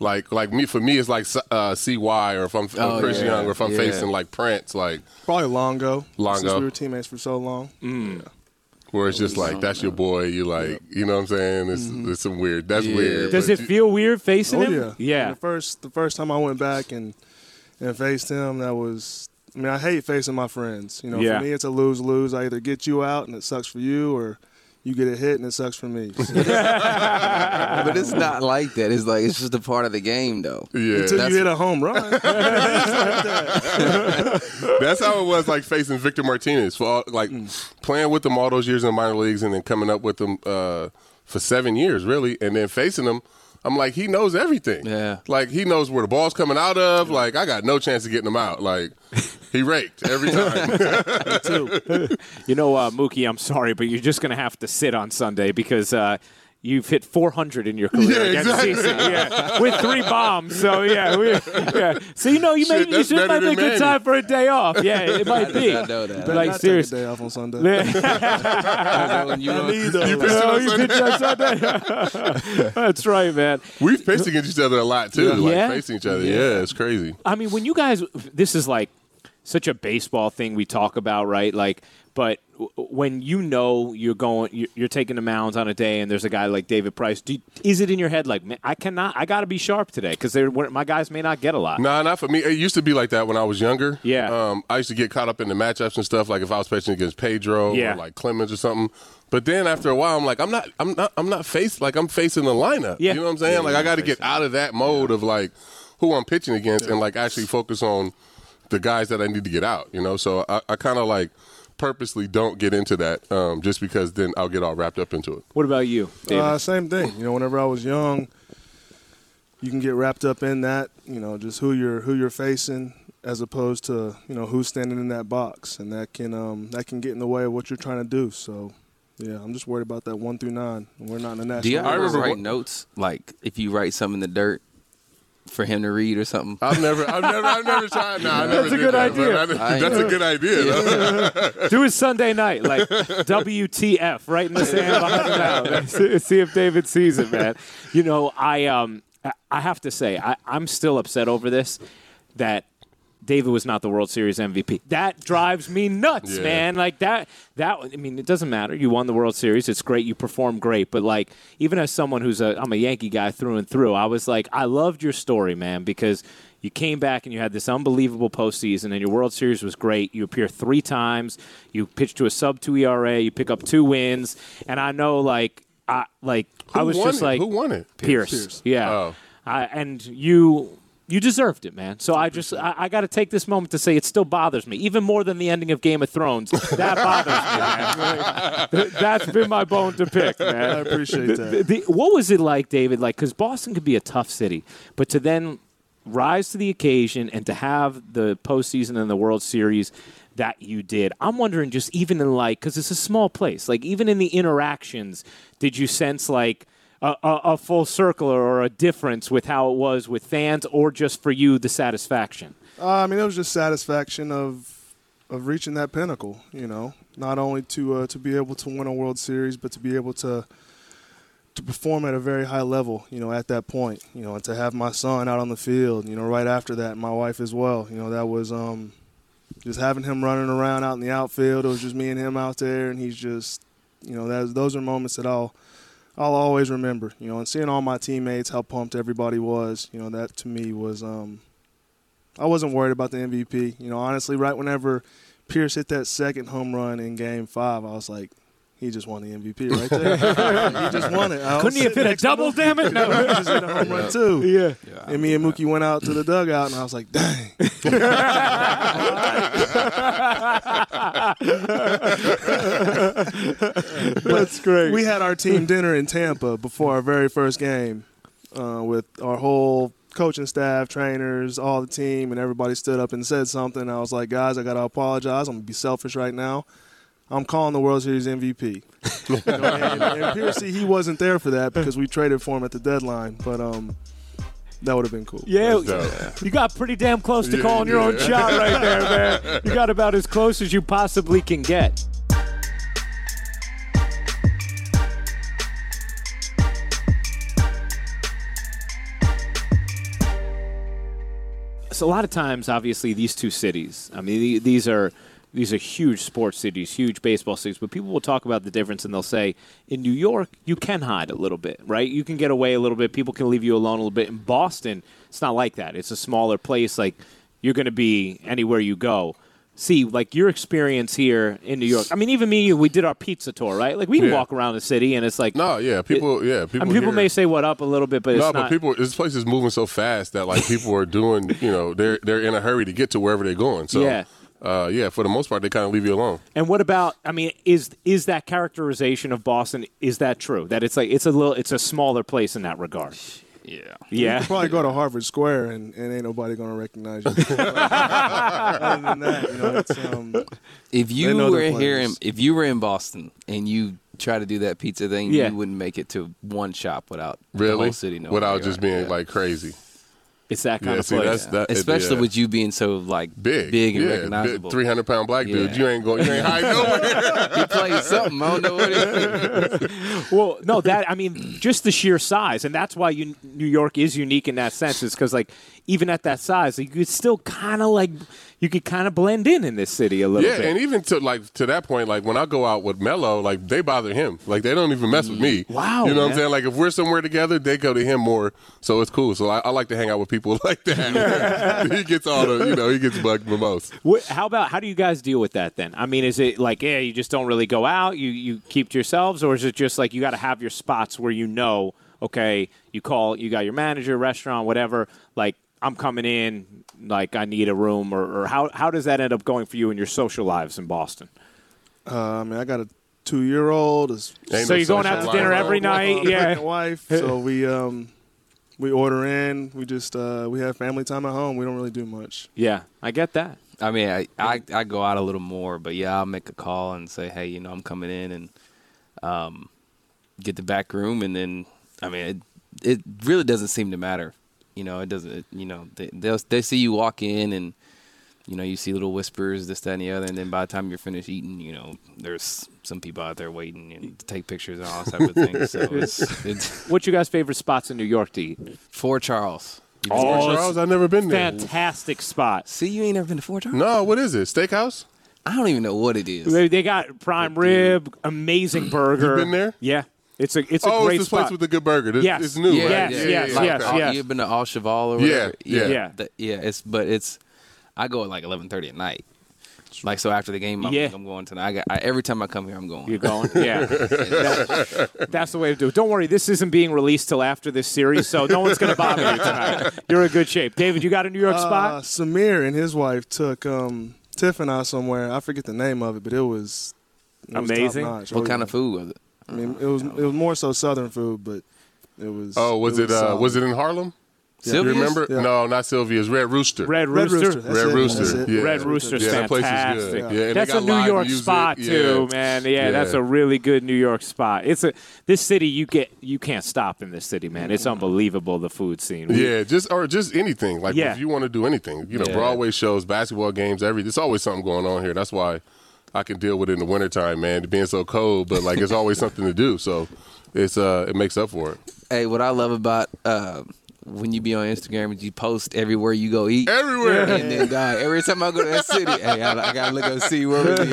S5: like like me for me, it's like uh, CY or if I'm,
S3: Oh,
S5: Chris
S3: yeah.
S5: Young or if I'm
S3: Yeah.
S5: facing like Prince, like
S2: Probably Longo.
S5: Longo.
S2: Since we were teammates for so long.
S5: where it's just like that's your boy. You like you know what I'm saying? It's it's some weird. That's
S3: Yeah.
S5: weird.
S4: Does
S5: but
S4: it
S5: you-
S4: feel weird facing
S2: Oh
S4: him?
S2: yeah. And The first the first time I went back and and faced him, that was I mean, I hate facing my friends. You know,
S4: Yeah.
S2: for me it's a lose lose. I either get you out and it sucks for you or you get a hit and it sucks
S4: <laughs>
S2: for me. So
S3: but it's not like that. It's like it's just a part of the game, though.
S5: Yeah,
S2: until
S5: that's,
S2: you hit a home
S4: <laughs>
S2: run.
S5: that's how it was like facing Victor Martinez for all, like playing with him all those years in the minor leagues and then coming up with him uh, for seven years really, and then facing him. I'm like he knows everything.
S3: Yeah.
S5: like he knows where the ball's coming out of. Like I got no chance of getting him out. Like he raked every time.
S4: You know, uh, Mookie, I'm sorry, but you're just going to have to sit on Sunday because uh, you've hit 400 in your career
S5: Yeah,
S4: against
S5: exactly.
S4: CC, yeah, with three bombs. So yeah, we, yeah. So you know, you
S5: Shit,
S4: may you
S5: that's
S4: should,
S5: better
S4: might be a
S5: than
S4: good
S5: Manny.
S4: time for a day off. Yeah, it
S3: I
S4: might
S3: did
S4: be.
S3: not know that.
S2: Better
S4: Like,
S2: not
S4: seriously.
S2: take a day off on Sunday.
S4: <laughs>
S3: I know you know-
S5: you pitched
S4: Oh, <laughs>
S5: on
S4: you
S5: Sunday?
S4: pitched on Sunday.
S5: <laughs>
S4: That's right, man.
S5: We've pitched against each other a lot too. Like
S4: Yeah?
S5: facing each other. Yeah, it's crazy.
S4: I mean, when you guys, this is like such a baseball thing we talk about, right? Like, but w- when you know you're going, you're, you're taking the mounds on a day, and there's a guy like David Price. Do, is it in your head like, man, I cannot, I got to be sharp today because my guys may not get a lot.
S5: Nah, not for me. It used to be like that when I was younger.
S4: Yeah.
S5: Um, I used to get caught up in the matchups and stuff. Like if I was pitching against Pedro
S4: Yeah.
S5: or like Clemens or something. But then after a while, I'm like, I'm not, I'm not, I'm not faced like I'm facing the lineup.
S4: Yeah.
S5: You know what I'm saying? like I got to get out of that mode of like who I'm pitching against and like actually focus on the guys that I need to get out. You know, so I, I kind of like purposely don't get into that um, just because then I'll get all wrapped up into it.
S4: What about you, David?
S2: Uh, same thing. You know, whenever I was young, you can get wrapped up in that. You know, just who you're who you're facing, as opposed to you know who's standing in that box, and that can um that can get in the way of what you're trying to do. So, yeah, I'm just worried about that one through nine. We're not in the national.
S3: Do you
S5: I
S3: ever
S5: remember
S3: write
S5: one-
S3: notes? Like if you write something in the dirt, for him to read or something.
S5: I've never, I've never, I've never tried. No, I
S4: <laughs>
S5: never
S4: That's a
S5: did
S4: good
S5: that,
S4: idea.
S5: but I-
S3: I
S5: that's a
S3: know.
S5: good idea. though.
S4: Do it Sunday night, like WTF, right in the sand behind the mound. See- See if David sees it, man. You know, I um, I- I have to say, I, I'm still upset over this. That David was not the World Series MVP. That drives me nuts,
S5: Yeah.
S4: man. Like that. That. I mean, it doesn't matter. You won the World Series. It's great. You performed great. But like, even as someone who's a, I'm a Yankee guy through and through. I was like, I loved your story, man, because you came back and you had this unbelievable postseason, and your World Series was great. You appear three times. You pitch to a sub two ERA. You pick up two wins, and I know like. I like. I
S5: <laughs> Who
S4: was
S5: won
S4: just
S5: it?
S4: like,
S5: who won it?
S4: Pierce. Yeah.
S5: Oh.
S4: I, and you you deserved it, man. So I just I, I got to take this moment to say it still bothers me, even more than the ending of Game of Thrones. That bothers me, man. Th- That's been my bone to pick,
S2: I
S4: man.
S3: <laughs>
S2: appreciate that.
S4: The- what was it like, David? Like, because Boston could be a tough city, but to then rise to the occasion and to have the postseason and the World Series that you did, I'm wondering just even in like, because it's a small place, like even in the interactions, did you sense like a, a, a full circle or a difference with how it was with fans or just for you the satisfaction?
S2: Uh, I mean, it was just satisfaction of of reaching that pinnacle. You know, not only to uh, to be able to win a World Series, but to be able to to perform at a very high level. You know, at that point, you know, and to have my son out on the field. You know, right after that, my wife as well. You know, that was um, just having him running around out in the outfield. It was just me and him out there, and he's just, you know, that those are moments that I'll. I'll always remember, you know, and seeing all my teammates, how pumped everybody was, you know, that to me was um, I wasn't worried about the MVP. You know, honestly, right whenever Pierce hit that second home run in Game Five, I was like, he just won the MVP right
S3: <laughs>
S2: there. he just won it. I was
S4: Couldn't he have
S2: sitting
S4: hit a
S2: next to
S4: double,
S2: Mookie.
S4: damn it?
S2: No,
S4: No.
S2: he just hit a home run too.
S4: Yeah.
S3: Yeah,
S2: And me and Mookie went out to the dugout, and I was like, dang.
S4: That's great.
S2: We had our team dinner in Tampa before our very first game uh, with our whole coaching staff, trainers, all the team, and everybody stood up and said something. I was like, guys, I got to apologize. I'm going to be selfish right now. I'm calling the World Series MVP. You know, <laughs> and, and Piercy, he wasn't there for that because we traded for him at the deadline, but um, that would have been cool.
S4: Yeah,
S5: That's dope.
S4: you got pretty damn close to
S5: <laughs> Yeah,
S4: calling your own
S5: yeah.
S4: shot right there, man. You got about as close as you possibly can get. So a lot of times, obviously, these two cities. I mean, the- these are these are huge sports cities, huge baseball cities. But people will talk about the difference, and they'll say, in New York, you can hide a little bit, right? You can get away a little bit. People can leave you alone a little bit. In Boston, it's not like that. It's a smaller place. Like you're going to be anywhere you go. See, like your experience here in New York. I mean, even me and you, we did our pizza tour, right? Like we can
S5: Yeah.
S4: walk around the city, and it's like,
S5: No, yeah, people, yeah, people.
S4: I mean, people
S5: here-
S4: may say what up a little bit, but
S5: No,
S4: it's
S5: but
S4: not.
S5: people, this place is moving so fast that like people are doing, you know, they're they're in a hurry to get to wherever they're going. So,
S4: Yeah.
S5: uh, yeah, for the most part, they kind of leave you alone.
S4: And what about? I mean, is is that characterization of Boston is that true? That it's like it's a little, it's a smaller place in that regard.
S3: yeah.
S5: <laughs>
S4: Yeah.
S2: Probably go to Harvard Square and, and ain't nobody gonna
S4: <laughs>
S2: recognize you. Other than that, you know, it's, um,
S3: If you
S2: know
S3: were
S2: their
S3: here, in,
S2: players.
S3: if you were in Boston and you try to do that pizza thing,
S4: Yeah.
S3: you wouldn't make it to one shop without the
S5: Really,
S3: whole city knowing
S5: without
S3: where you
S5: just
S3: are.
S5: being
S3: Yeah.
S5: like crazy.
S4: It's that kind
S5: Yeah,
S4: of
S5: see,
S4: place.
S5: that's that,
S3: especially
S5: yeah.
S3: with you being so like
S5: big,
S3: big and
S5: yeah,
S3: recognizable.
S5: Three hundred pound black dude,
S3: Yeah.
S5: you ain't going, you
S3: <laughs>
S5: ain't hiding nowhere.
S3: he played something. I don't know what it
S5: <laughs>
S3: is.
S4: well, no, that I mean, just the sheer size, and that's why you, New York is unique in that sense. Is because like even at that size, you could still kind of like you could kind of blend in in this city a little
S5: Yeah,
S4: bit.
S5: and even to like to that point, like when I go out with Mello, like they bother him. Like they don't even mess with me.
S4: Mm. Wow,
S5: You know what
S4: man.
S5: I'm saying? Like if we're somewhere together, they go to him more. So it's cool. So I, I like to hang out with people <laughs> like
S4: <laughs>
S5: that. he gets all the you know, he gets bugged the most.
S4: What, how about how do you guys deal with that then? I mean, is it like yeah, you just don't really go out, you you keep to yourselves, or is it just like you got to have your spots where you know, okay, you call, you got your manager, restaurant, whatever. Like I'm coming in, like I need a room, or, or how how does that end up going for you in your social lives in Boston?
S2: uh, I mean, I got a two-year-old. Is
S5: Ain't
S4: So
S5: no
S4: you're going out
S5: social
S4: to dinner
S5: life.
S4: every night,
S2: <laughs>
S5: <laughs>
S2: my
S4: yeah.
S2: pregnant wife. So we um, we order in. We just uh, we have family time at home. We don't really do much.
S4: Yeah, I get that.
S3: I mean, I, I I go out a little more, but yeah, I'll make a call and say, hey, you know, I'm coming in and um, get the back room, and then I mean, it, it really doesn't seem to matter You know, it doesn't. It, you know, they they'll, they see you walk in and you know you see little whispers, this, that, and the other, and then by the time you're finished eating, you know, there's some people out there waiting and to take pictures and all that type of thing. So <laughs> it's it's
S4: What's your guys' favorite spots in New York to eat?
S3: Fort Charles. You been to Fort
S5: Fort
S3: Charles?
S5: Charles, I've never been there.
S4: Fantastic spots.
S3: See, you ain't never been to Fort Charles.
S5: No, what is it? Steakhouse?
S3: I don't even know what it is.
S4: They, they got prime rib,
S5: <clears throat>
S4: amazing burger.
S5: been there?
S4: Yeah, it's a it's a
S5: oh,
S4: great
S5: it's this
S4: spot.
S5: place with the good burger. This,
S4: Yes.
S5: It's new.
S4: Yeah,
S5: right?
S4: Yes, yes,
S5: okay.
S4: yes,
S3: all-
S4: yes.
S3: uh, You've been to All Cheval or
S5: Yeah,
S3: whatever.
S5: yeah.
S4: Yeah.
S3: th- yeah. It's but it's I go at like eleven thirty at night. Like so after the game, I'm,
S4: Yeah.
S3: I'm going tonight. I got I, every time I come here, I'm
S4: <laughs>
S3: going.
S4: You're going,
S5: <laughs>
S4: yeah. That- that's the way to do it. Don't worry, this isn't being released till after this series, so no one's going to bother you
S5: <laughs>
S4: tonight. You're in good shape, David. You got a New York
S2: Uh,
S4: spot?
S2: Samir and his wife took um, Tiff and I somewhere. I forget the name of it, but it was it was
S4: Amazing.
S2: top-notch.
S3: what
S2: Oh,
S3: kind
S2: yeah.
S3: of food was it?
S2: I mean, it was it was more so southern food, but it was.
S5: Oh, was it? Uh,
S4: um,
S2: solid.
S5: was it in Harlem? You
S3: Sylvia's?
S5: remember?
S2: Yeah.
S5: No, not Sylvia's. Red Rooster.
S4: Red
S2: Red
S4: Rooster.
S2: Rooster? That's
S5: Red
S2: it,
S5: Rooster,
S2: that's it.
S5: yeah.
S4: Red Rooster's
S5: Yeah, that place is
S4: fantastic.
S5: good. Yeah, and they
S4: that's a
S5: got
S4: New
S5: live
S4: York
S5: music.
S4: spot
S5: Yeah.
S4: too, man. Yeah, that's
S5: Yeah.
S4: a really good New York spot. It's a this city you get you can't stop in this city, man. It's unbelievable the food scene. We-
S5: Mm. Yeah, just or just anything. Like
S4: Yeah.
S5: if you want to do anything, you know, Broadway shows, basketball games, every there's always something going on here. That's why I can deal with it in the wintertime, man, being so cold, but like it's always something to do. So it's uh it makes up for it.
S3: Hey, what I love about uh, when you be on Instagram is you post everywhere you go eat.
S5: Everywhere.
S3: And then, dog, every time I go to that city, hey, I, I gotta look up see where we eat. I'm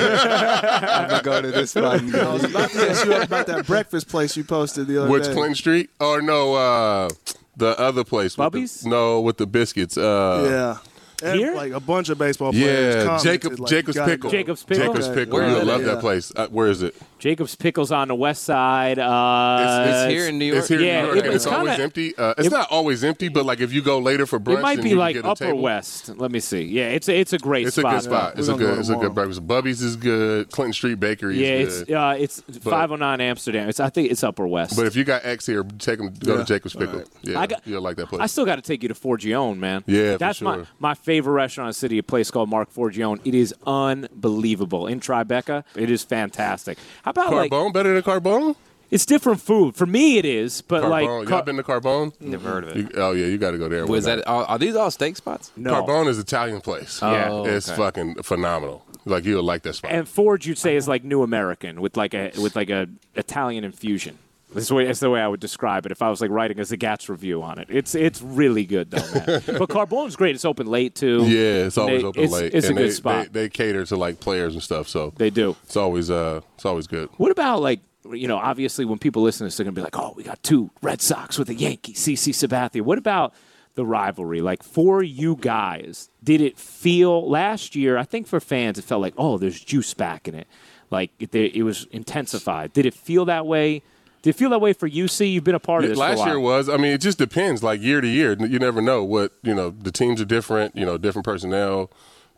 S3: gonna go to this spot. and
S2: I
S5: <laughs>
S3: go
S2: was
S3: eat.
S2: about to ask you about that breakfast place you posted the other
S5: <laughs> Which
S2: day.
S5: Clinton Street? Or no, uh the other place. with the-
S4: Bubby's?
S5: no, with the biscuits. Uh
S2: yeah. And,
S4: Here?
S2: like a bunch of baseball players.
S5: Yeah,
S2: commented,
S5: Jacob
S2: like,
S5: Jacob's
S2: you gotta
S5: pickle.
S2: go.
S4: Jacob's Pickle?
S5: Jacob's
S2: Okay.
S5: pickle.
S3: Where
S5: You
S3: is
S5: would
S3: it?
S5: love
S2: Yeah.
S5: that place. Uh, where is it?
S4: Jacob's Pickles on the west side. Uh,
S3: it's here in New York.
S5: It's here.
S4: Yeah,
S5: in New York,
S4: it-
S5: and
S4: it's
S5: it's, always
S4: kinda-
S5: empty. Uh, it's not always empty, but like if you go later for brunch,
S4: It might
S5: and
S4: be
S5: you can
S4: like
S5: get a
S4: Upper
S5: table.
S4: West. Let me see. Yeah, it's a, it's a great
S5: It's a
S4: spot.
S5: good spot.
S2: Yeah,
S5: it's
S2: we're
S5: a
S2: gonna go
S5: good. It's a
S2: tomorrow.
S5: good breakfast. Bubby's is good. Clinton Street Bakery
S4: Yeah,
S5: is
S4: it's
S5: good.
S4: uh, it's 509 Amsterdam. It's I think it's Upper West.
S5: but if you got X here, take them. Go
S2: Yeah.
S5: to Jacob's Pickle. Yeah,
S4: I got-
S5: you'll like that place.
S4: I still got to take you to Forgione, man.
S5: Yeah, for
S4: that's my
S5: sure.
S4: my favorite restaurant in the city. A place called Mark Forgione. It is unbelievable in Tribeca. It is fantastic. How about
S5: Carbone
S4: like
S5: better than Carbone.
S4: it's different food for me? It is, but
S5: Carbone.
S4: like
S5: Y'all been to Carbone?
S3: Never heard of it.
S5: You- oh yeah, you got to go there.
S3: Was that? Are, are these all steak spots?
S4: no.
S5: Carbone is Italian place.
S4: Yeah.
S3: Oh,
S5: it's
S3: okay.
S5: fucking phenomenal. Like you'll like that spot.
S4: And Forge, you'd say, is
S5: Uh-huh.
S4: like New American with like a with like a Italian infusion. That's the way that's the way I would describe it if I was like writing a Zagat's review on it. It's it's really good though,
S5: <laughs>
S4: man. but Carbone's great. It's open late too.
S5: yeah, it's always
S4: They-
S5: open
S4: it's-
S5: late.
S4: it's a
S5: and
S4: good
S5: they,
S4: spot.
S5: They, they cater to like players and stuff. So
S4: They do.
S5: it's always uh, it's always good.
S4: What about like you know, obviously when people listen to this, they're gonna be like, Oh, we got two Red Sox with a Yankee, CC Sabathia. What about the rivalry? Like for you guys, did it feel last year, I think for fans it felt like, oh, there's juice back in it. Like it, there- it was intensified. Did it feel that way? Did it feel that way for UC? You've been a part of this. for a
S5: last year
S4: while.
S5: was i mean it just depends like year to year you never know what you know the teams are different you know different personnel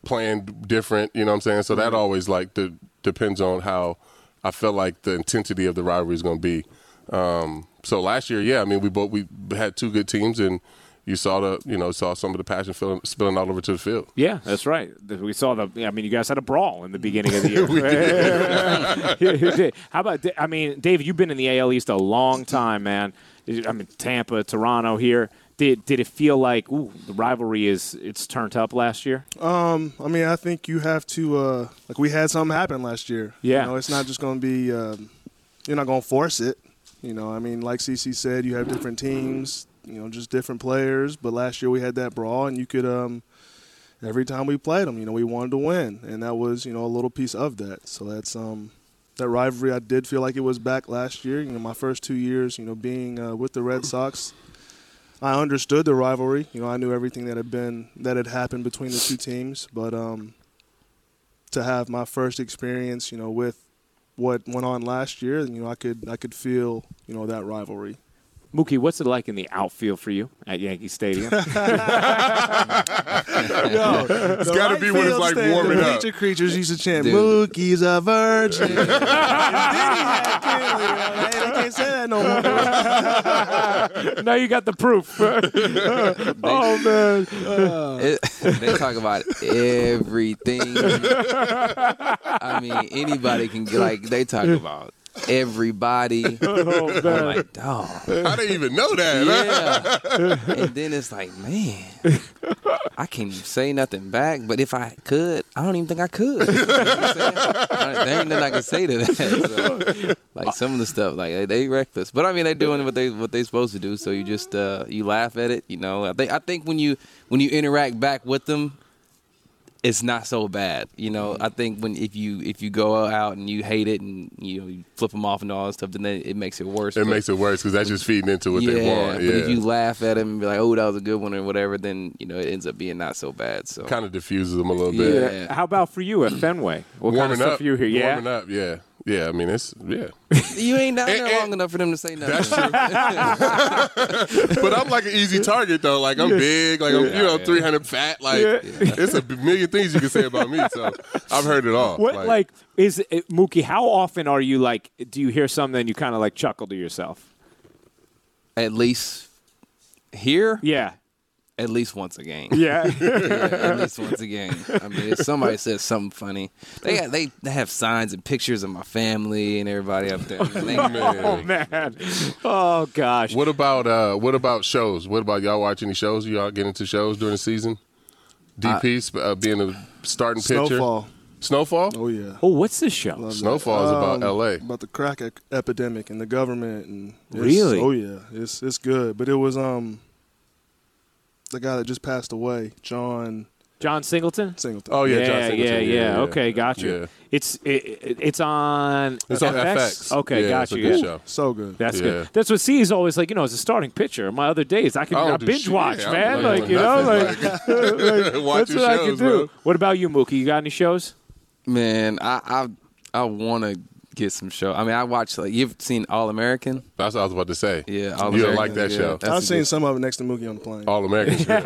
S5: playing different you know what i'm saying so
S4: Mm-hmm.
S5: that always like de- depends on how i felt like the intensity of the rivalry is going to be um, so last year yeah i mean we both we had two good teams and you saw the you know saw some of the passion filling, spilling all over to the field
S4: Yeah, that's right. Th- We saw the. I mean, you guys had a brawl in the beginning of the
S5: <laughs>
S4: year. Yeah, <laughs> you did. How about? Da- I mean, David, you've been in the AL East a long time, man. I mean, Tampa, Toronto, here. Did did it feel like ooh, the rivalry is it's turned up last year?
S2: I mean, I think you have to uh, like we had something happen last year.
S4: Yeah.
S2: you know, it's not just going to be um, you're not going to force it. You know, I mean, like CC said, you have different teams. You know, just different players. But last year we had that brawl, and you could um, every time we played them, you know, we wanted to win, and that was you know a little piece of that. So that's um. That rivalry, I did feel like it was back last year. You know, my first two years, you know, being uh, with the Red Sox, I understood the rivalry. You know, I knew everything that had been that had happened between the two teams, but um, to have my first experience, you know, with what went on last year, you know, I could I could feel you know that rivalry.
S4: Mookie, what's it like in the outfield for you at Yankee
S5: <laughs>
S4: Stadium? <laughs>
S2: <laughs> Yo, it's
S5: gotta be when it's, like, warming up.
S2: Bleacher creatures used to chant,
S3: Dude.
S2: "Mookie's a
S5: <laughs>
S2: virgin." And then he had Kinley, you know, they- they can't say that no more.
S4: now you got the proof. <laughs> oh man,
S3: It- <laughs> they talk about everything. I mean, anybody can get like they talk about everybody. I'm like, dog.
S5: I didn't even know
S4: <laughs>
S5: that.
S3: Yeah. <laughs> and then it's like, man, I can't even say nothing back. But if I could, I don't even think I could. <laughs> You know what I'm saying? I- there ain't nothing I can say to that. So, like some of the stuff, like they, they reckless. But I mean, they're doing what they what they supposed to do. So you just uh, you laugh at it. You know, I think I think when you when you interact back with them. It's not so bad, you know. I think when if you if you go out and you hate it and you know you flip them off and all that stuff, then it it makes it worse.
S5: It
S3: But-
S5: makes it worse because that's just feeding into what
S3: yeah,
S5: they want.
S3: but if
S5: Yeah,
S3: you laugh at him and be like, "Oh, that was a good one" or whatever, then you know it ends up being not so bad. So
S5: kind of diffuses them a little
S3: Yeah.
S5: bit.
S4: How about for you at Fenway? What kind of
S5: Warming
S4: stuff
S5: up,
S4: you hear? Yeah.
S5: warming up. Yeah, yeah. I mean, it's yeah.
S3: <laughs>
S5: <laughs>
S3: you ain't down
S5: And-
S3: there
S5: and-
S3: long enough for them to say nothing.
S5: That's true. but I'm like an easy target though. Like I'm big. Like I'm, you know, 300 fat. Like it's a million things you can say about me. So I've heard it all.
S4: What like, is it, Mookie? How often are you like? Do you hear something and you kind of like chuckle to yourself?
S3: <laughs> At least here,
S4: Yeah,
S3: at least once a game.
S4: <laughs> yeah.
S3: Yeah, at least once a game. I mean, if somebody says something funny, they got, they they have signs and pictures of my family and everybody up there. Man,
S5: <laughs>
S3: they-
S5: man.
S4: Oh, Man, oh gosh.
S5: What about uh, what about shows? What about y'all watch any shows? Y'all get into shows during the season? DP sp- uh, being a starting pitcher.
S2: Snowfall.
S5: Snowfall.
S2: Oh yeah.
S4: Oh, what's this show?
S5: Snowfall is about L.A.
S2: um, About the crack e- epidemic and the government and it's-
S4: Really?
S2: Oh yeah, it's it's good. But it was um the guy that just passed away, John
S4: John Singleton.
S2: Singleton.
S5: Oh yeah,
S4: yeah,
S5: John
S4: yeah,
S5: Singleton.
S4: yeah, Okay, got you.
S5: Yeah.
S4: It's it, it- it's on.
S5: It's on FX.
S4: Okay,
S5: yeah,
S4: got
S5: it's a
S4: you.
S5: good
S4: yeah.
S5: show.
S2: so good.
S4: That's
S5: Yeah.
S4: good. That's what C is always like. You know, as a starting pitcher, my other days I can
S5: I
S4: I
S5: don't do
S4: binge
S5: shit.
S4: watch,
S5: Yeah, I
S4: man.
S5: don't do
S4: Like you know, like, <laughs>
S5: nothing.
S4: like,
S5: <laughs> Watch
S4: that's
S5: your
S4: what I can
S5: shows,
S4: do.
S5: bro.
S4: What about you, Mookie? You got any shows?
S3: man, I I, I want to get some show. I mean, I watch like you've seen All American.
S5: That's what I was about to say.
S3: Yeah,
S5: you
S3: All
S5: don't
S3: American.
S5: like that
S3: yeah,
S5: show. Oh,
S3: that's a
S2: I've seen
S3: good-
S2: some of it next to Mookie on the plane.
S5: All American.
S3: <laughs>
S5: show.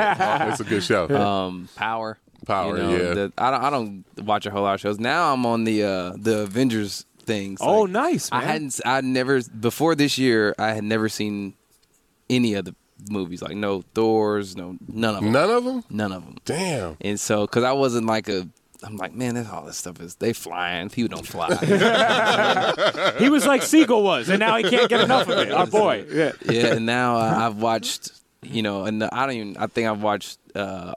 S5: It's a good show.
S3: um, Power.
S5: Power,
S3: You know,
S5: yeah.
S3: the- I don't. I don't watch a whole lot of shows. Now I'm on the uh, the Avengers things.
S4: Oh, nice,
S3: I
S4: man.
S3: hadn't. s- I never before this year. I had never seen any of the movies. Like no Thor's. No none of them.
S5: None of them.
S3: None of them.
S5: Damn.
S3: And so, because I wasn't like a. I'm like, man, that's all this stuff is. They flying. People
S4: <laughs>
S3: don't fly.
S4: He was like Siegel was, and now he can't get enough of it. Our boy. Yeah.
S5: <laughs>
S3: yeah. And now uh, I've watched. You know, and I don't even. I think I've watched uh,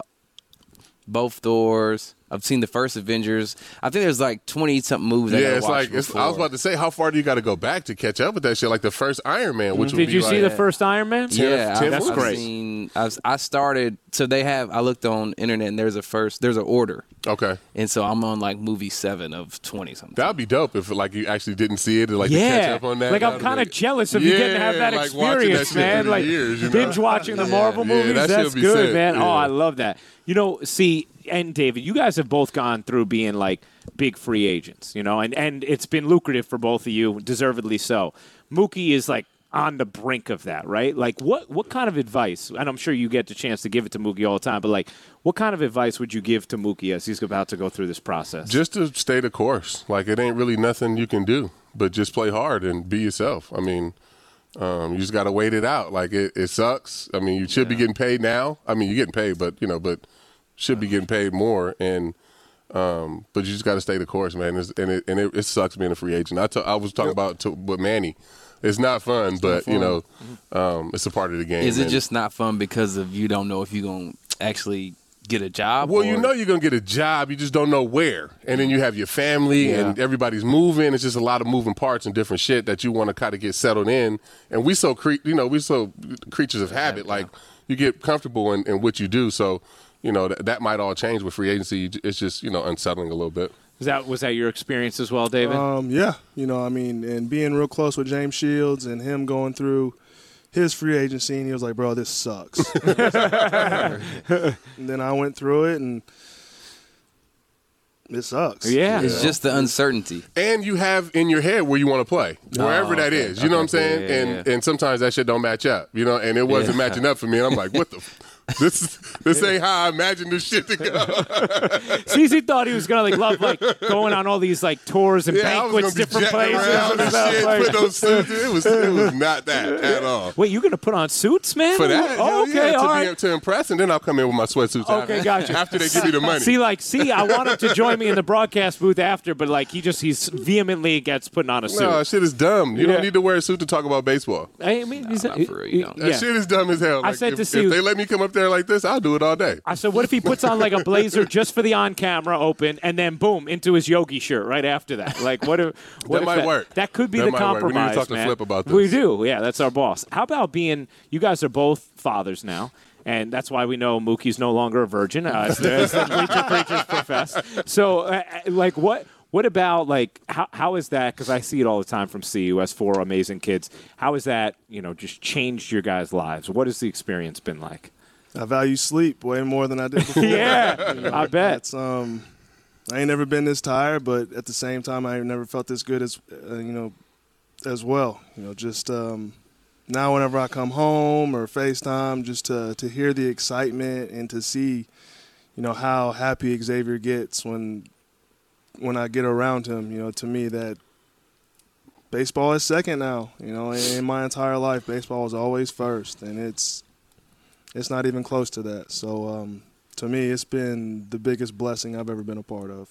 S3: both Thor's. I've seen the first Avengers. I think there's like twenty something movies. I
S5: Yeah,
S3: gotta
S5: it's
S3: watch
S5: like it's, I was
S3: before.
S5: about to say, how far do you got to go back to catch up with that shit? Like the first Iron Man, which would
S4: Did
S5: be
S4: you
S5: like,
S4: see the first Iron Man?
S3: Yeah,
S5: Tim
S3: I've-
S5: was
S3: I've
S5: great.
S3: Seen, I've, I started. So they have. I looked on internet and there's a first. There's an order,
S5: Okay,
S3: and so I'm on like movie seven of twenty something.
S5: that'd be dope if like you actually didn't see it, like to catch
S4: Yeah.
S5: up on that.
S4: Like I'm
S5: That'd
S4: kind of
S5: be-
S4: jealous if you didn't have that
S5: Yeah, like watching that
S4: experience,
S5: shit
S4: man.
S5: through the
S4: Like
S5: years, you know?
S4: binge watching the Marvel
S5: Yeah,
S4: movies.
S5: that shit'll
S4: that's
S5: be
S4: good,
S5: sick.
S4: man.
S5: Yeah.
S4: Oh, I love that. You know, see, and David, you guys have both gone through being like big free agents, you know, and and it's been lucrative for both of you, deservedly so. Mookie is like on the brink of that, right? Like what what kind of advice? And I'm sure you get the chance to give it to Mookie all the time, but like what kind of advice would you give to Mookie as he's about to go through this process?
S5: just to stay the course. Like it ain't really nothing you can do, but just play hard and be yourself. I mean, um, you just got to wait it out. Like it, it sucks. I mean, you should be getting paid now. I mean, you're getting paid, but you know, but should be getting paid more. And um, but you just got to stay the course, man. It's, and it and it, it sucks being a free agent. I to- I was talking about to, with Manny. It's not fun, but you know, um, it's a part of the game.
S3: Is it
S5: and-
S3: just not fun because of you don't know if you're gonna actually get a job?
S5: Well,
S3: or-
S5: you know you're gonna get a job, you just don't know where. And then you have your family and everybody's moving. It's just a lot of moving parts and different shit that you want to kind of get settled in. And we so cre- you know we so creatures of habit. Like you get comfortable in, in what you do. So you know th- that might all change with free agency. You j- It's just you know unsettling a little bit.
S4: Is that was that your experience as well, David?
S2: Um, yeah, you know, I mean, and being real close with James Shields and him going through his free agency, and he was like, "Bro, this sucks." and then I went through it, and it sucks.
S4: yeah.
S3: it's just the uncertainty.
S5: and you have in your head where you want to play, wherever that is. You know what I'm saying?
S3: Oh, yeah,
S5: and and sometimes that shit don't match up. You know, and it wasn't matching up for me. And I'm like, what the. f- <laughs> This this ain't how I imagined this shit to go.
S4: CC thought he was gonna like love like going on all these like tours and
S5: Yeah, I was gonna
S4: banquets,
S5: be
S4: different
S5: jetting
S4: places.
S5: around
S4: and
S5: and
S4: stuff,
S5: shit,
S4: like-
S5: put those suits. It was it was
S4: <laughs>
S5: not that at all.
S4: Wait, you're gonna put on suits, man?
S5: For that,
S4: oh,
S5: hell yeah,
S4: okay,
S5: to,
S4: all
S5: be-
S4: right.
S5: to impress, and then I'll come in with my sweatsuits.
S4: Okay,
S5: after-
S4: gotcha.
S5: <laughs> After they give me the money,
S4: See, like, see, I want him to join me in the broadcast booth after, but like, he just he's vehemently against putting on a suit.
S5: no, that shit is dumb. You
S4: Yeah.
S5: don't need to wear a suit to talk about baseball.
S4: I mean, is that-
S3: not for real, you don't.
S5: That
S4: yeah.
S5: shit is dumb as hell.
S4: I
S5: Like,
S4: said
S5: if,
S4: to see-
S5: if they let me come up there like this, I'll do it
S4: <laughs>
S5: all day.
S4: I said, what if he puts on like a blazer just for the on-camera open, and then boom, into his yogi shirt right after that? Like, what if what if
S5: might work.
S4: That could be
S5: That
S4: the
S5: might work.
S4: compromise.
S5: We need to talk to
S4: man.
S5: Flip about
S4: We
S5: this.
S4: do, yeah. That's our boss. How about being? You guys are both fathers now, and that's why we know Mookie's no longer a virgin, uh, as the as the preacher preachers profess. So, uh, uh, like, what? What about like how, how is that? Because I see it all the time from CU as four amazing kids. How has that you know just changed your guys' lives? What has the experience been like?
S2: I value sleep way more than I did before.
S4: Yeah, I bet.
S2: It's um, I ain't never been this tired, but at the same time, I ain't never felt this good as uh, you know, as well. You know, just um, now whenever I come home or Facetime, just to to hear the excitement and to see, you know, how happy Xavier gets when when I get around him. You know, to me that. Baseball is second now, you know. In in my entire life, baseball was always first, and it's it's not even close to that. So um, to me, it's been the biggest blessing I've ever been a part of.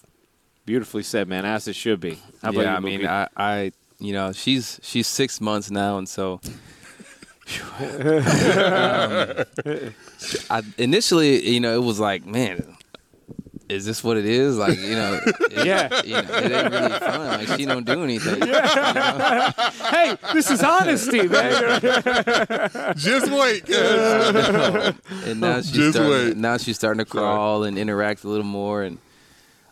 S4: Beautifully said, man. As it should be. How about
S3: yeah,
S4: you,
S3: I mean,
S4: Mookie?
S3: I, I, you know, she's she's six months now, and so. <laughs> Um, I, initially, you know, it was like, man, is this what it is? Like, you know,
S4: <laughs>
S3: it,
S4: Yeah.
S3: you know, it ain't really fun. Like, she don't do anything.
S4: hey, this is <laughs> honesty, man.
S5: Just wait. cuz.
S3: and now she's
S5: Just
S3: starting,
S5: wait.
S3: now she's starting to crawl and interact a little more and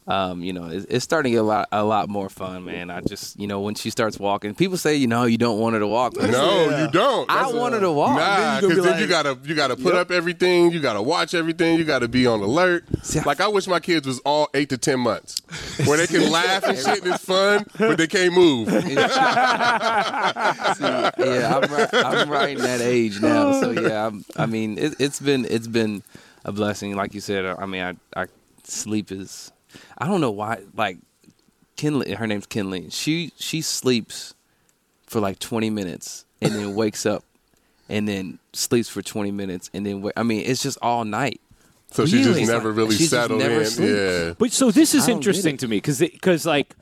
S3: um, you know it's, it's starting to get a lot a lot more fun man i just you know when she starts walking people say you know you don't want her to walk But
S5: No,
S2: Yeah.
S5: you don't.
S3: i
S5: That's-
S3: want her to walk
S5: Nah, because then you gotta you gotta put up everything, you gotta watch everything, you gotta be on alert.
S3: See, I-
S5: like I wish my kids was all eight to ten months, where they
S3: <laughs>
S5: can laugh and shit and it's fun, but they can't move.
S3: yeah I'm right, I'm right in that age now so yeah I'm, i mean it, it's been it's been a blessing like you said i mean i, I sleep is i don't know why like Kinley, her name's Kinley. She she sleeps for like 20 minutes and then wakes up and then sleeps for 20 minutes and then wa- I mean it's just all night.
S5: So she just
S3: Really?
S5: never really
S3: She just
S5: settled
S3: never
S5: in.
S3: sleeps.
S5: Yeah.
S4: but so this
S3: I
S4: is
S3: don't get
S4: interesting
S3: it.
S4: to me because because like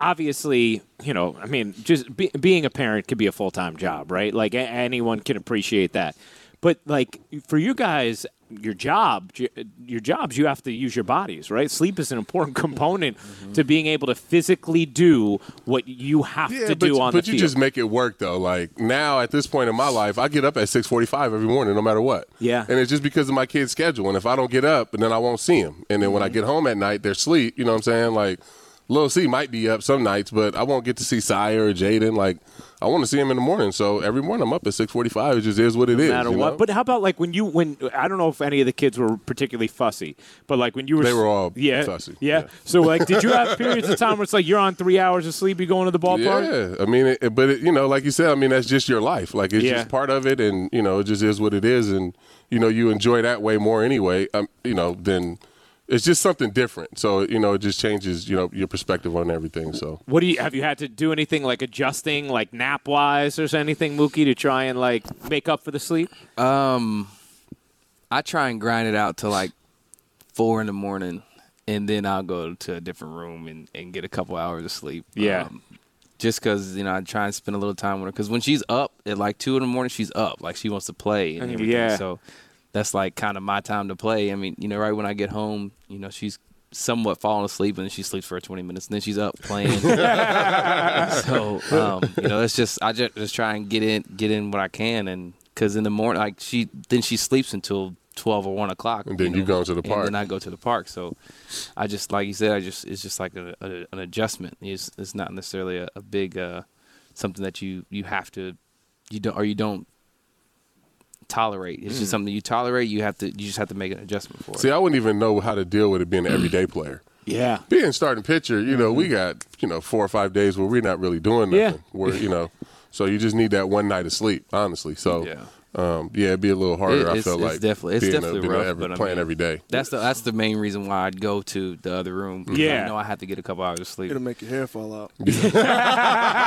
S4: obviously you know I mean just be, being a parent could be a full time job, right? Like a- anyone can appreciate that. But like for you guys, your job, j- your jobs, you have to use your bodies, right? Sleep is an important <laughs> component to being able to physically do what you have
S5: Yeah,
S4: to
S5: but,
S4: do on
S5: but
S4: the
S5: you
S4: field.
S5: just make it work though. Like now, at this point in my life, I get up at six forty-five every morning, no matter what.
S4: Yeah.
S5: and it's just because of my kid's schedule. And if I don't get up, then I won't see him. And then
S4: Mm-hmm.
S5: when I get home at night, they're asleep. You know what I'm saying? Like, Lil C might be up some nights, but I won't get to see Sire or Jaden. Like, I want to see him in the morning. So every morning I'm up at six forty-five. It just is what it is.
S4: no matter
S5: you
S4: what.
S5: know?
S4: But how about like when you when I don't know if any of the kids were particularly fussy, but like when you were
S5: They were all
S4: yeah
S5: fussy,
S4: yeah.
S5: yeah.
S4: So like, did you have periods of time where it's like you're on three hours of sleep, you going to the ballpark?
S5: Yeah, I mean, it, but it, you know, like you said, I mean, that's just your life. Like it's
S4: Yeah.
S5: just part of it, and you know, it just is what it is, and you know, you enjoy that way more anyway. Um, you know, than it's just something different. So you know, it just changes you know your perspective on everything. So
S4: What do you have you had to do anything like adjusting like nap wise or anything, Mookie, to try and like make up for the sleep?
S3: Um I try and grind it out to like 4 in the morning and then I'll go to a different room and, and get a couple hours of sleep.
S4: Yeah.
S3: Um, just because you know, I try and spend a little time with her. Because when she's up at like two in the morning, she's up. Like she wants to play and
S4: Mm,
S3: everything.
S4: yeah.
S3: So that's like kind of my time to play. I mean, you know, right when I get home, you know, she's somewhat falling asleep and then she sleeps for 20 minutes and then she's up
S4: <laughs>
S5: <laughs>
S3: playing. so um, you know, it's just I just, just try and get in get in what I can and because in the morning, like she then she sleeps until. Twelve or one o'clock,
S5: And then you
S3: know,
S5: go to the
S3: and
S5: park.
S3: then I go to the park. So, I just like you said, I just it's just like a, a, an adjustment. It's, it's not necessarily a, a big uh, something that you you have to you don't or you don't tolerate. It's just something you tolerate. You have to you just have to make an adjustment for
S5: Mm. see,
S3: it.
S5: I wouldn't even know how to deal with it being an
S3: <clears throat>
S5: everyday player.
S4: Yeah.
S5: Being starting pitcher, you know,
S3: Mm-hmm.
S5: we got you know four or five days where we're not really doing nothing.
S4: Yeah.
S5: Where you know, so you just need that one night of sleep, honestly. So
S3: Yeah.
S5: Um, yeah, it'd be a little harder.
S3: It-
S5: I
S3: it's-
S5: feel
S3: it's
S5: like
S3: definitely- it's
S5: being a-
S3: definitely
S5: being a
S3: rough,
S5: every-
S3: but I
S5: playing
S3: mean-
S5: every day.
S3: That's the that's the main reason why I'd go to the other room. because
S4: Yeah.
S3: I know I have to get a couple hours of sleep.
S2: It'll make your hair fall out.
S3: Oh, speaking of <laughs> that,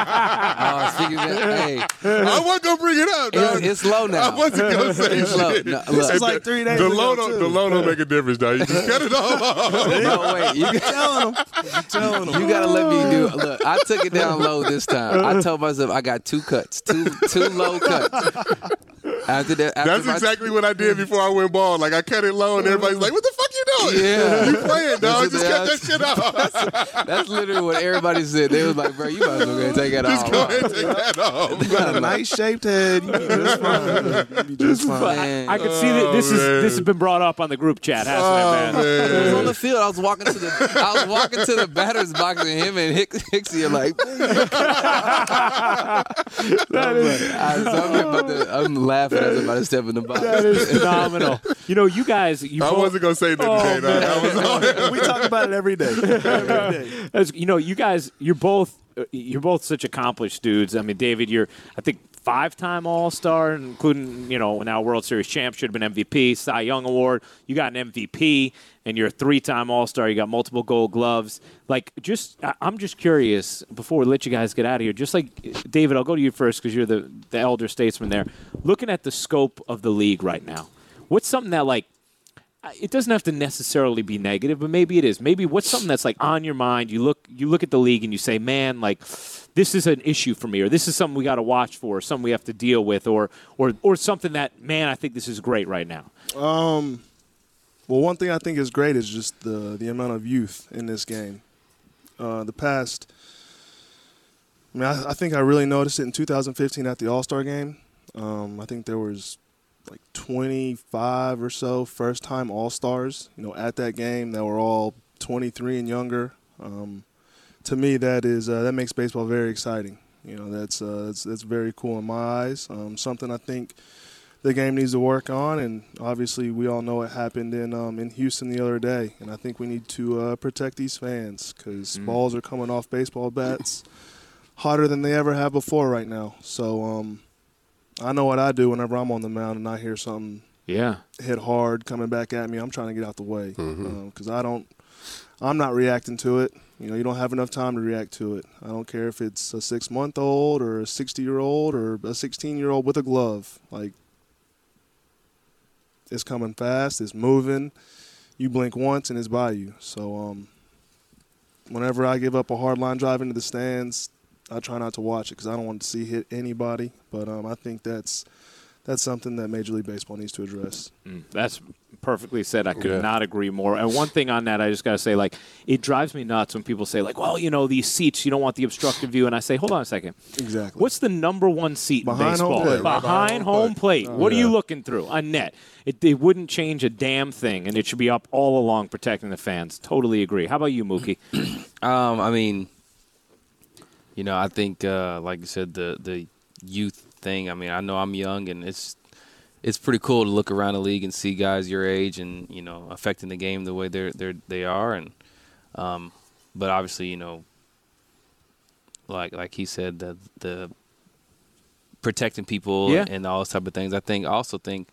S3: hey,
S5: I wasn't gonna bring it up.
S3: it's,
S5: dog.
S3: it's low
S5: I
S3: now.
S5: wasn't gonna say
S3: It's low.
S5: shit.
S3: No,
S2: This is
S3: look,
S2: like three days
S5: The
S2: ago,
S5: low don't
S2: too.
S5: the low don't make a difference, dog. You just cut it
S3: <laughs>
S5: all off.
S3: no, wait, you got-
S2: telling them. I'm telling them.
S3: You gotta let me do. Look, I took it down low this time. <laughs> I told myself I got two cuts, two two low cuts. After that, after
S5: That's
S3: my- Mm-hmm.
S5: exactly what I did before I went bald. Like I cut it low, and everybody's like, "What the fuck you doing?
S3: Yeah.
S5: <laughs> you playing, dog?
S3: That's
S5: Just
S3: what
S5: cut
S3: they
S5: that shit off.
S3: That's literally what everybody said. They was like, "Bro, you might as well go ahead and take it
S5: Just <laughs>
S3: off."
S5: go
S3: <laughs>
S5: ahead and take that off."
S2: You got a nice shaped head. <laughs> You be just fine. You be just fine.
S3: Man.
S4: I can see that this is
S5: Oh, man. Oh,
S4: this has been brought up on the group chat, hasn't it, man?
S3: I was on the field. I was walking to the I was walking to the batter's box, and him and Hick, Hicksy are like,
S4: That is,
S3: I, so I'm, about to, I'm laughing as I'm about to step in the box.
S4: that is phenomenal. You know, you guys, you
S5: I
S4: both-
S5: wasn't gonna say nothing today, dog. I was all
S2: We talk about it every day. <laughs> Every day.
S4: As- you know, you guys, you're both uh, you're both such accomplished dudes. I mean, David, you're I think five time All Star, including you know now World Series champ, should have been MVP, Cy Young Award. You got an MVP, and you're a three time All Star. You got multiple Gold Gloves. Like, just I- I'm just curious before we let you guys get out of here. Just like uh, David, I'll go to you first because you're the the elder statesman there. Looking at the scope of the league right now, what's something that like it doesn't have to necessarily be negative, but maybe it is. Maybe what's something that's like on your mind? You look you look at the league and you say, "Man, like this is an issue for me, or this is something we got to watch for, or something we have to deal with, or or or something that man, I think this is great right now."
S2: Well, one thing I think is great is just the the amount of youth in this game. Uh, the past, I mean, I, I think I really noticed it in 2015 at the All Star game. Um, I think there was like 25 or so first time All Stars, you know, at that game that were all 23 and younger. Um, to me, that is uh, that makes baseball very exciting. You know, that's uh, that's, that's very cool in my eyes. Um, something I think the game needs to work on, and obviously we all know what happened in um, in Houston the other day, and I think we need to uh, protect these fans because balls are coming off baseball bats hotter than they ever have before right now. So um, I know what I do whenever I'm on the mound and I hear something
S4: Yeah,
S2: hit hard coming back at me. I'm trying to get out the way because I don't. I'm not reacting to it. You know, you don't have enough time to react to it. I don't care if it's a six month old or a 60 year old or a 16 year old with a glove. Like, it's coming fast. It's moving. You blink once and it's by you. So, um, whenever I give up a hard line drive into the stands, I try not to watch it because I don't want to see hit anybody. But um, I think that's that's something that Major League Baseball needs to address.
S4: that's perfectly said. I could
S5: Yeah.
S4: not agree more. And one thing on that, I just gotta say, like, it drives me nuts when people say, like, "Well, you know, these seats, you don't want the obstructive view," and I say, "Hold on a second,
S2: Exactly.
S4: What's the number one seat in
S2: Behind home
S4: baseball?
S2: plate.
S4: Behind, home plate.
S5: Oh,
S4: what are you looking through? A net. It, it wouldn't change a damn thing, and it should be up all along protecting the fans. Totally agree. How about you,
S5: <clears throat>
S4: Mookie?
S3: Um, I mean, you know, I think uh, like you said, the the youth thing. I mean, I know I'm young, and it's it's pretty cool to look around the league and see guys your age and you know affecting the game the way they're they're they are. And um, but obviously, you know, like like he said, the the protecting people
S4: Yeah.
S3: and all those type of things. I think I also think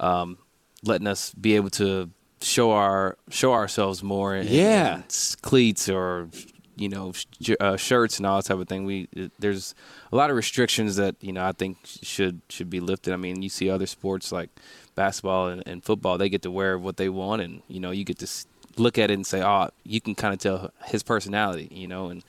S3: um, letting us be able to show our show ourselves more in,
S4: Yeah.
S3: in s- cleats or you know sh- j- uh, shirts and all that type of thing we it- there's a lot of restrictions that you know I think sh- should should be lifted I mean you see other sports like basketball and, and football they get to wear what they want and you know you get to s- look at it and say oh you can kind of tell his personality you know and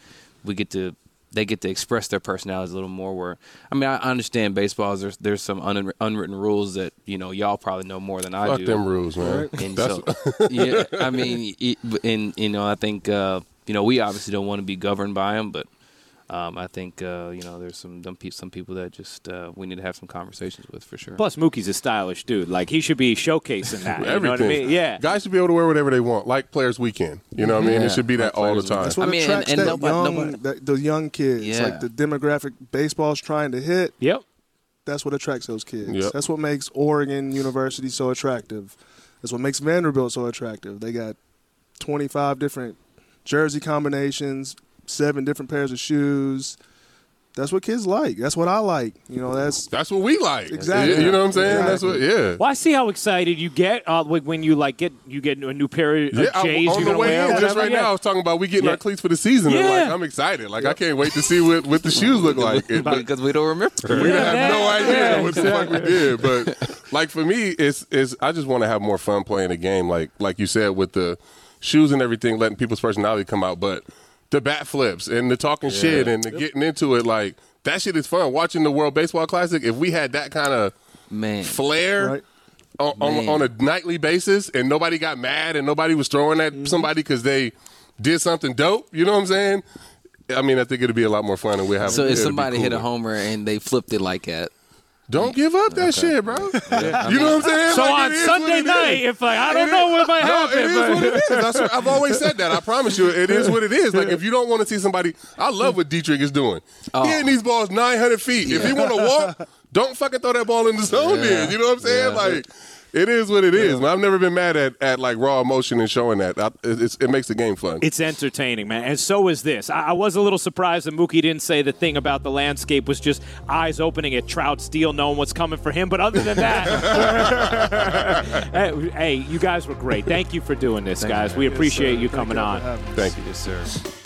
S3: we get to they get to express their personalities a little more. Where I mean, I understand baseball. There's there's some un- unwritten rules that you know y'all probably know more than I
S5: Fuck
S3: do.
S5: them rules, <laughs> man.
S3: And
S5: That's
S3: so,
S5: <laughs>
S3: yeah, I mean, it, and you know, I think uh, you know we obviously don't want to be governed by them, but um, I think uh, you know there's some dumb pe- some people that just uh, we need to have some conversations with for sure.
S4: Plus, Mookie's a stylish dude. Like he should be showcasing that. you know what I
S5: everything.
S4: mean? Yeah.
S5: guys should be able to wear whatever they want, like Players Weekend. You know what I mean?
S3: Yeah.
S5: It should be that
S3: Like
S5: all the
S3: Players
S5: time.
S2: That's what
S3: I mean,
S2: attracts
S3: and- and
S2: that
S3: nobody-
S2: young,
S3: nobody-
S2: that- the young kids,
S3: Yeah.
S2: like the demographic baseball's trying to hit.
S4: Yep.
S2: That's what attracts those kids.
S5: Yep.
S2: That's what makes Oregon University so attractive. That's what makes Vanderbilt so attractive. They got 25 different jersey combinations, seven different pairs of shoes. That's what kids like. That's what I like. You know, that's
S5: That's what we like.
S2: Exactly.
S5: You, you know what I'm saying? That's what. Yeah.
S4: Well, I see how excited you get uh, like when you like get you get a new pair of
S5: Yeah, I-
S4: J's
S5: on
S4: you're
S5: the
S4: gonna
S5: way
S4: wear.
S5: in, just
S4: whatever.
S5: right
S4: Yeah.
S5: now, I was talking about we getting our cleats for the season. And like,
S4: Yeah.
S5: I'm excited. Like, I can't wait to see what, what the shoes look like. It- but
S3: <laughs> because we don't remember.
S5: we have no idea
S4: Yeah,
S5: what the fuck we did. But like for me, it's is I just want to have more fun playing the game. Like like you said with the shoes and everything, letting people's personality come out. But the bat flips and the talking shit and the getting into it, like that shit is fun. Watching the World Baseball Classic. If we had that kind of
S3: Man,
S5: flair
S2: Right.
S5: on, on,
S3: Man.
S5: on a nightly basis and nobody got mad and nobody was throwing
S3: Mm-hmm.
S5: at somebody because they did something dope. You know what I'm saying? I mean, I think it'd be a lot more fun and we have.
S3: so
S5: it'd
S3: if
S5: be
S3: somebody hit a
S5: cooler.
S3: homer and they flipped it like that,
S5: don't give up that shit, bro. you know what I'm saying?
S4: So
S5: Like,
S4: on
S5: it is what
S4: Sunday
S5: it
S4: night,
S5: is.
S4: if like I don't
S5: It
S4: know
S5: is-
S4: what might
S5: No,
S4: happen,
S5: It is
S4: but
S5: what it is. That's what- I've always said that. I promise you, it is what it is. Like if you don't want to see somebody, I love what Dietrich is doing. Hitting these balls 900 feet. If you want to walk, don't fucking throw that ball in the zone. Then you know what I'm saying? Like. It is what it is. man. I've never been mad at, at like raw emotion and showing that. I, it- it's, it makes the game fun.
S4: It's entertaining, man, and so is this. I, I was a little surprised that Mookie didn't say the thing about the landscape was just eyes opening at Trout Steele, knowing what's coming for him. But other than that, <laughs> hey, hey, you guys were great. Thank you for doing this, guys. We appreciate you coming on.
S5: Thank you.
S3: yes, sir.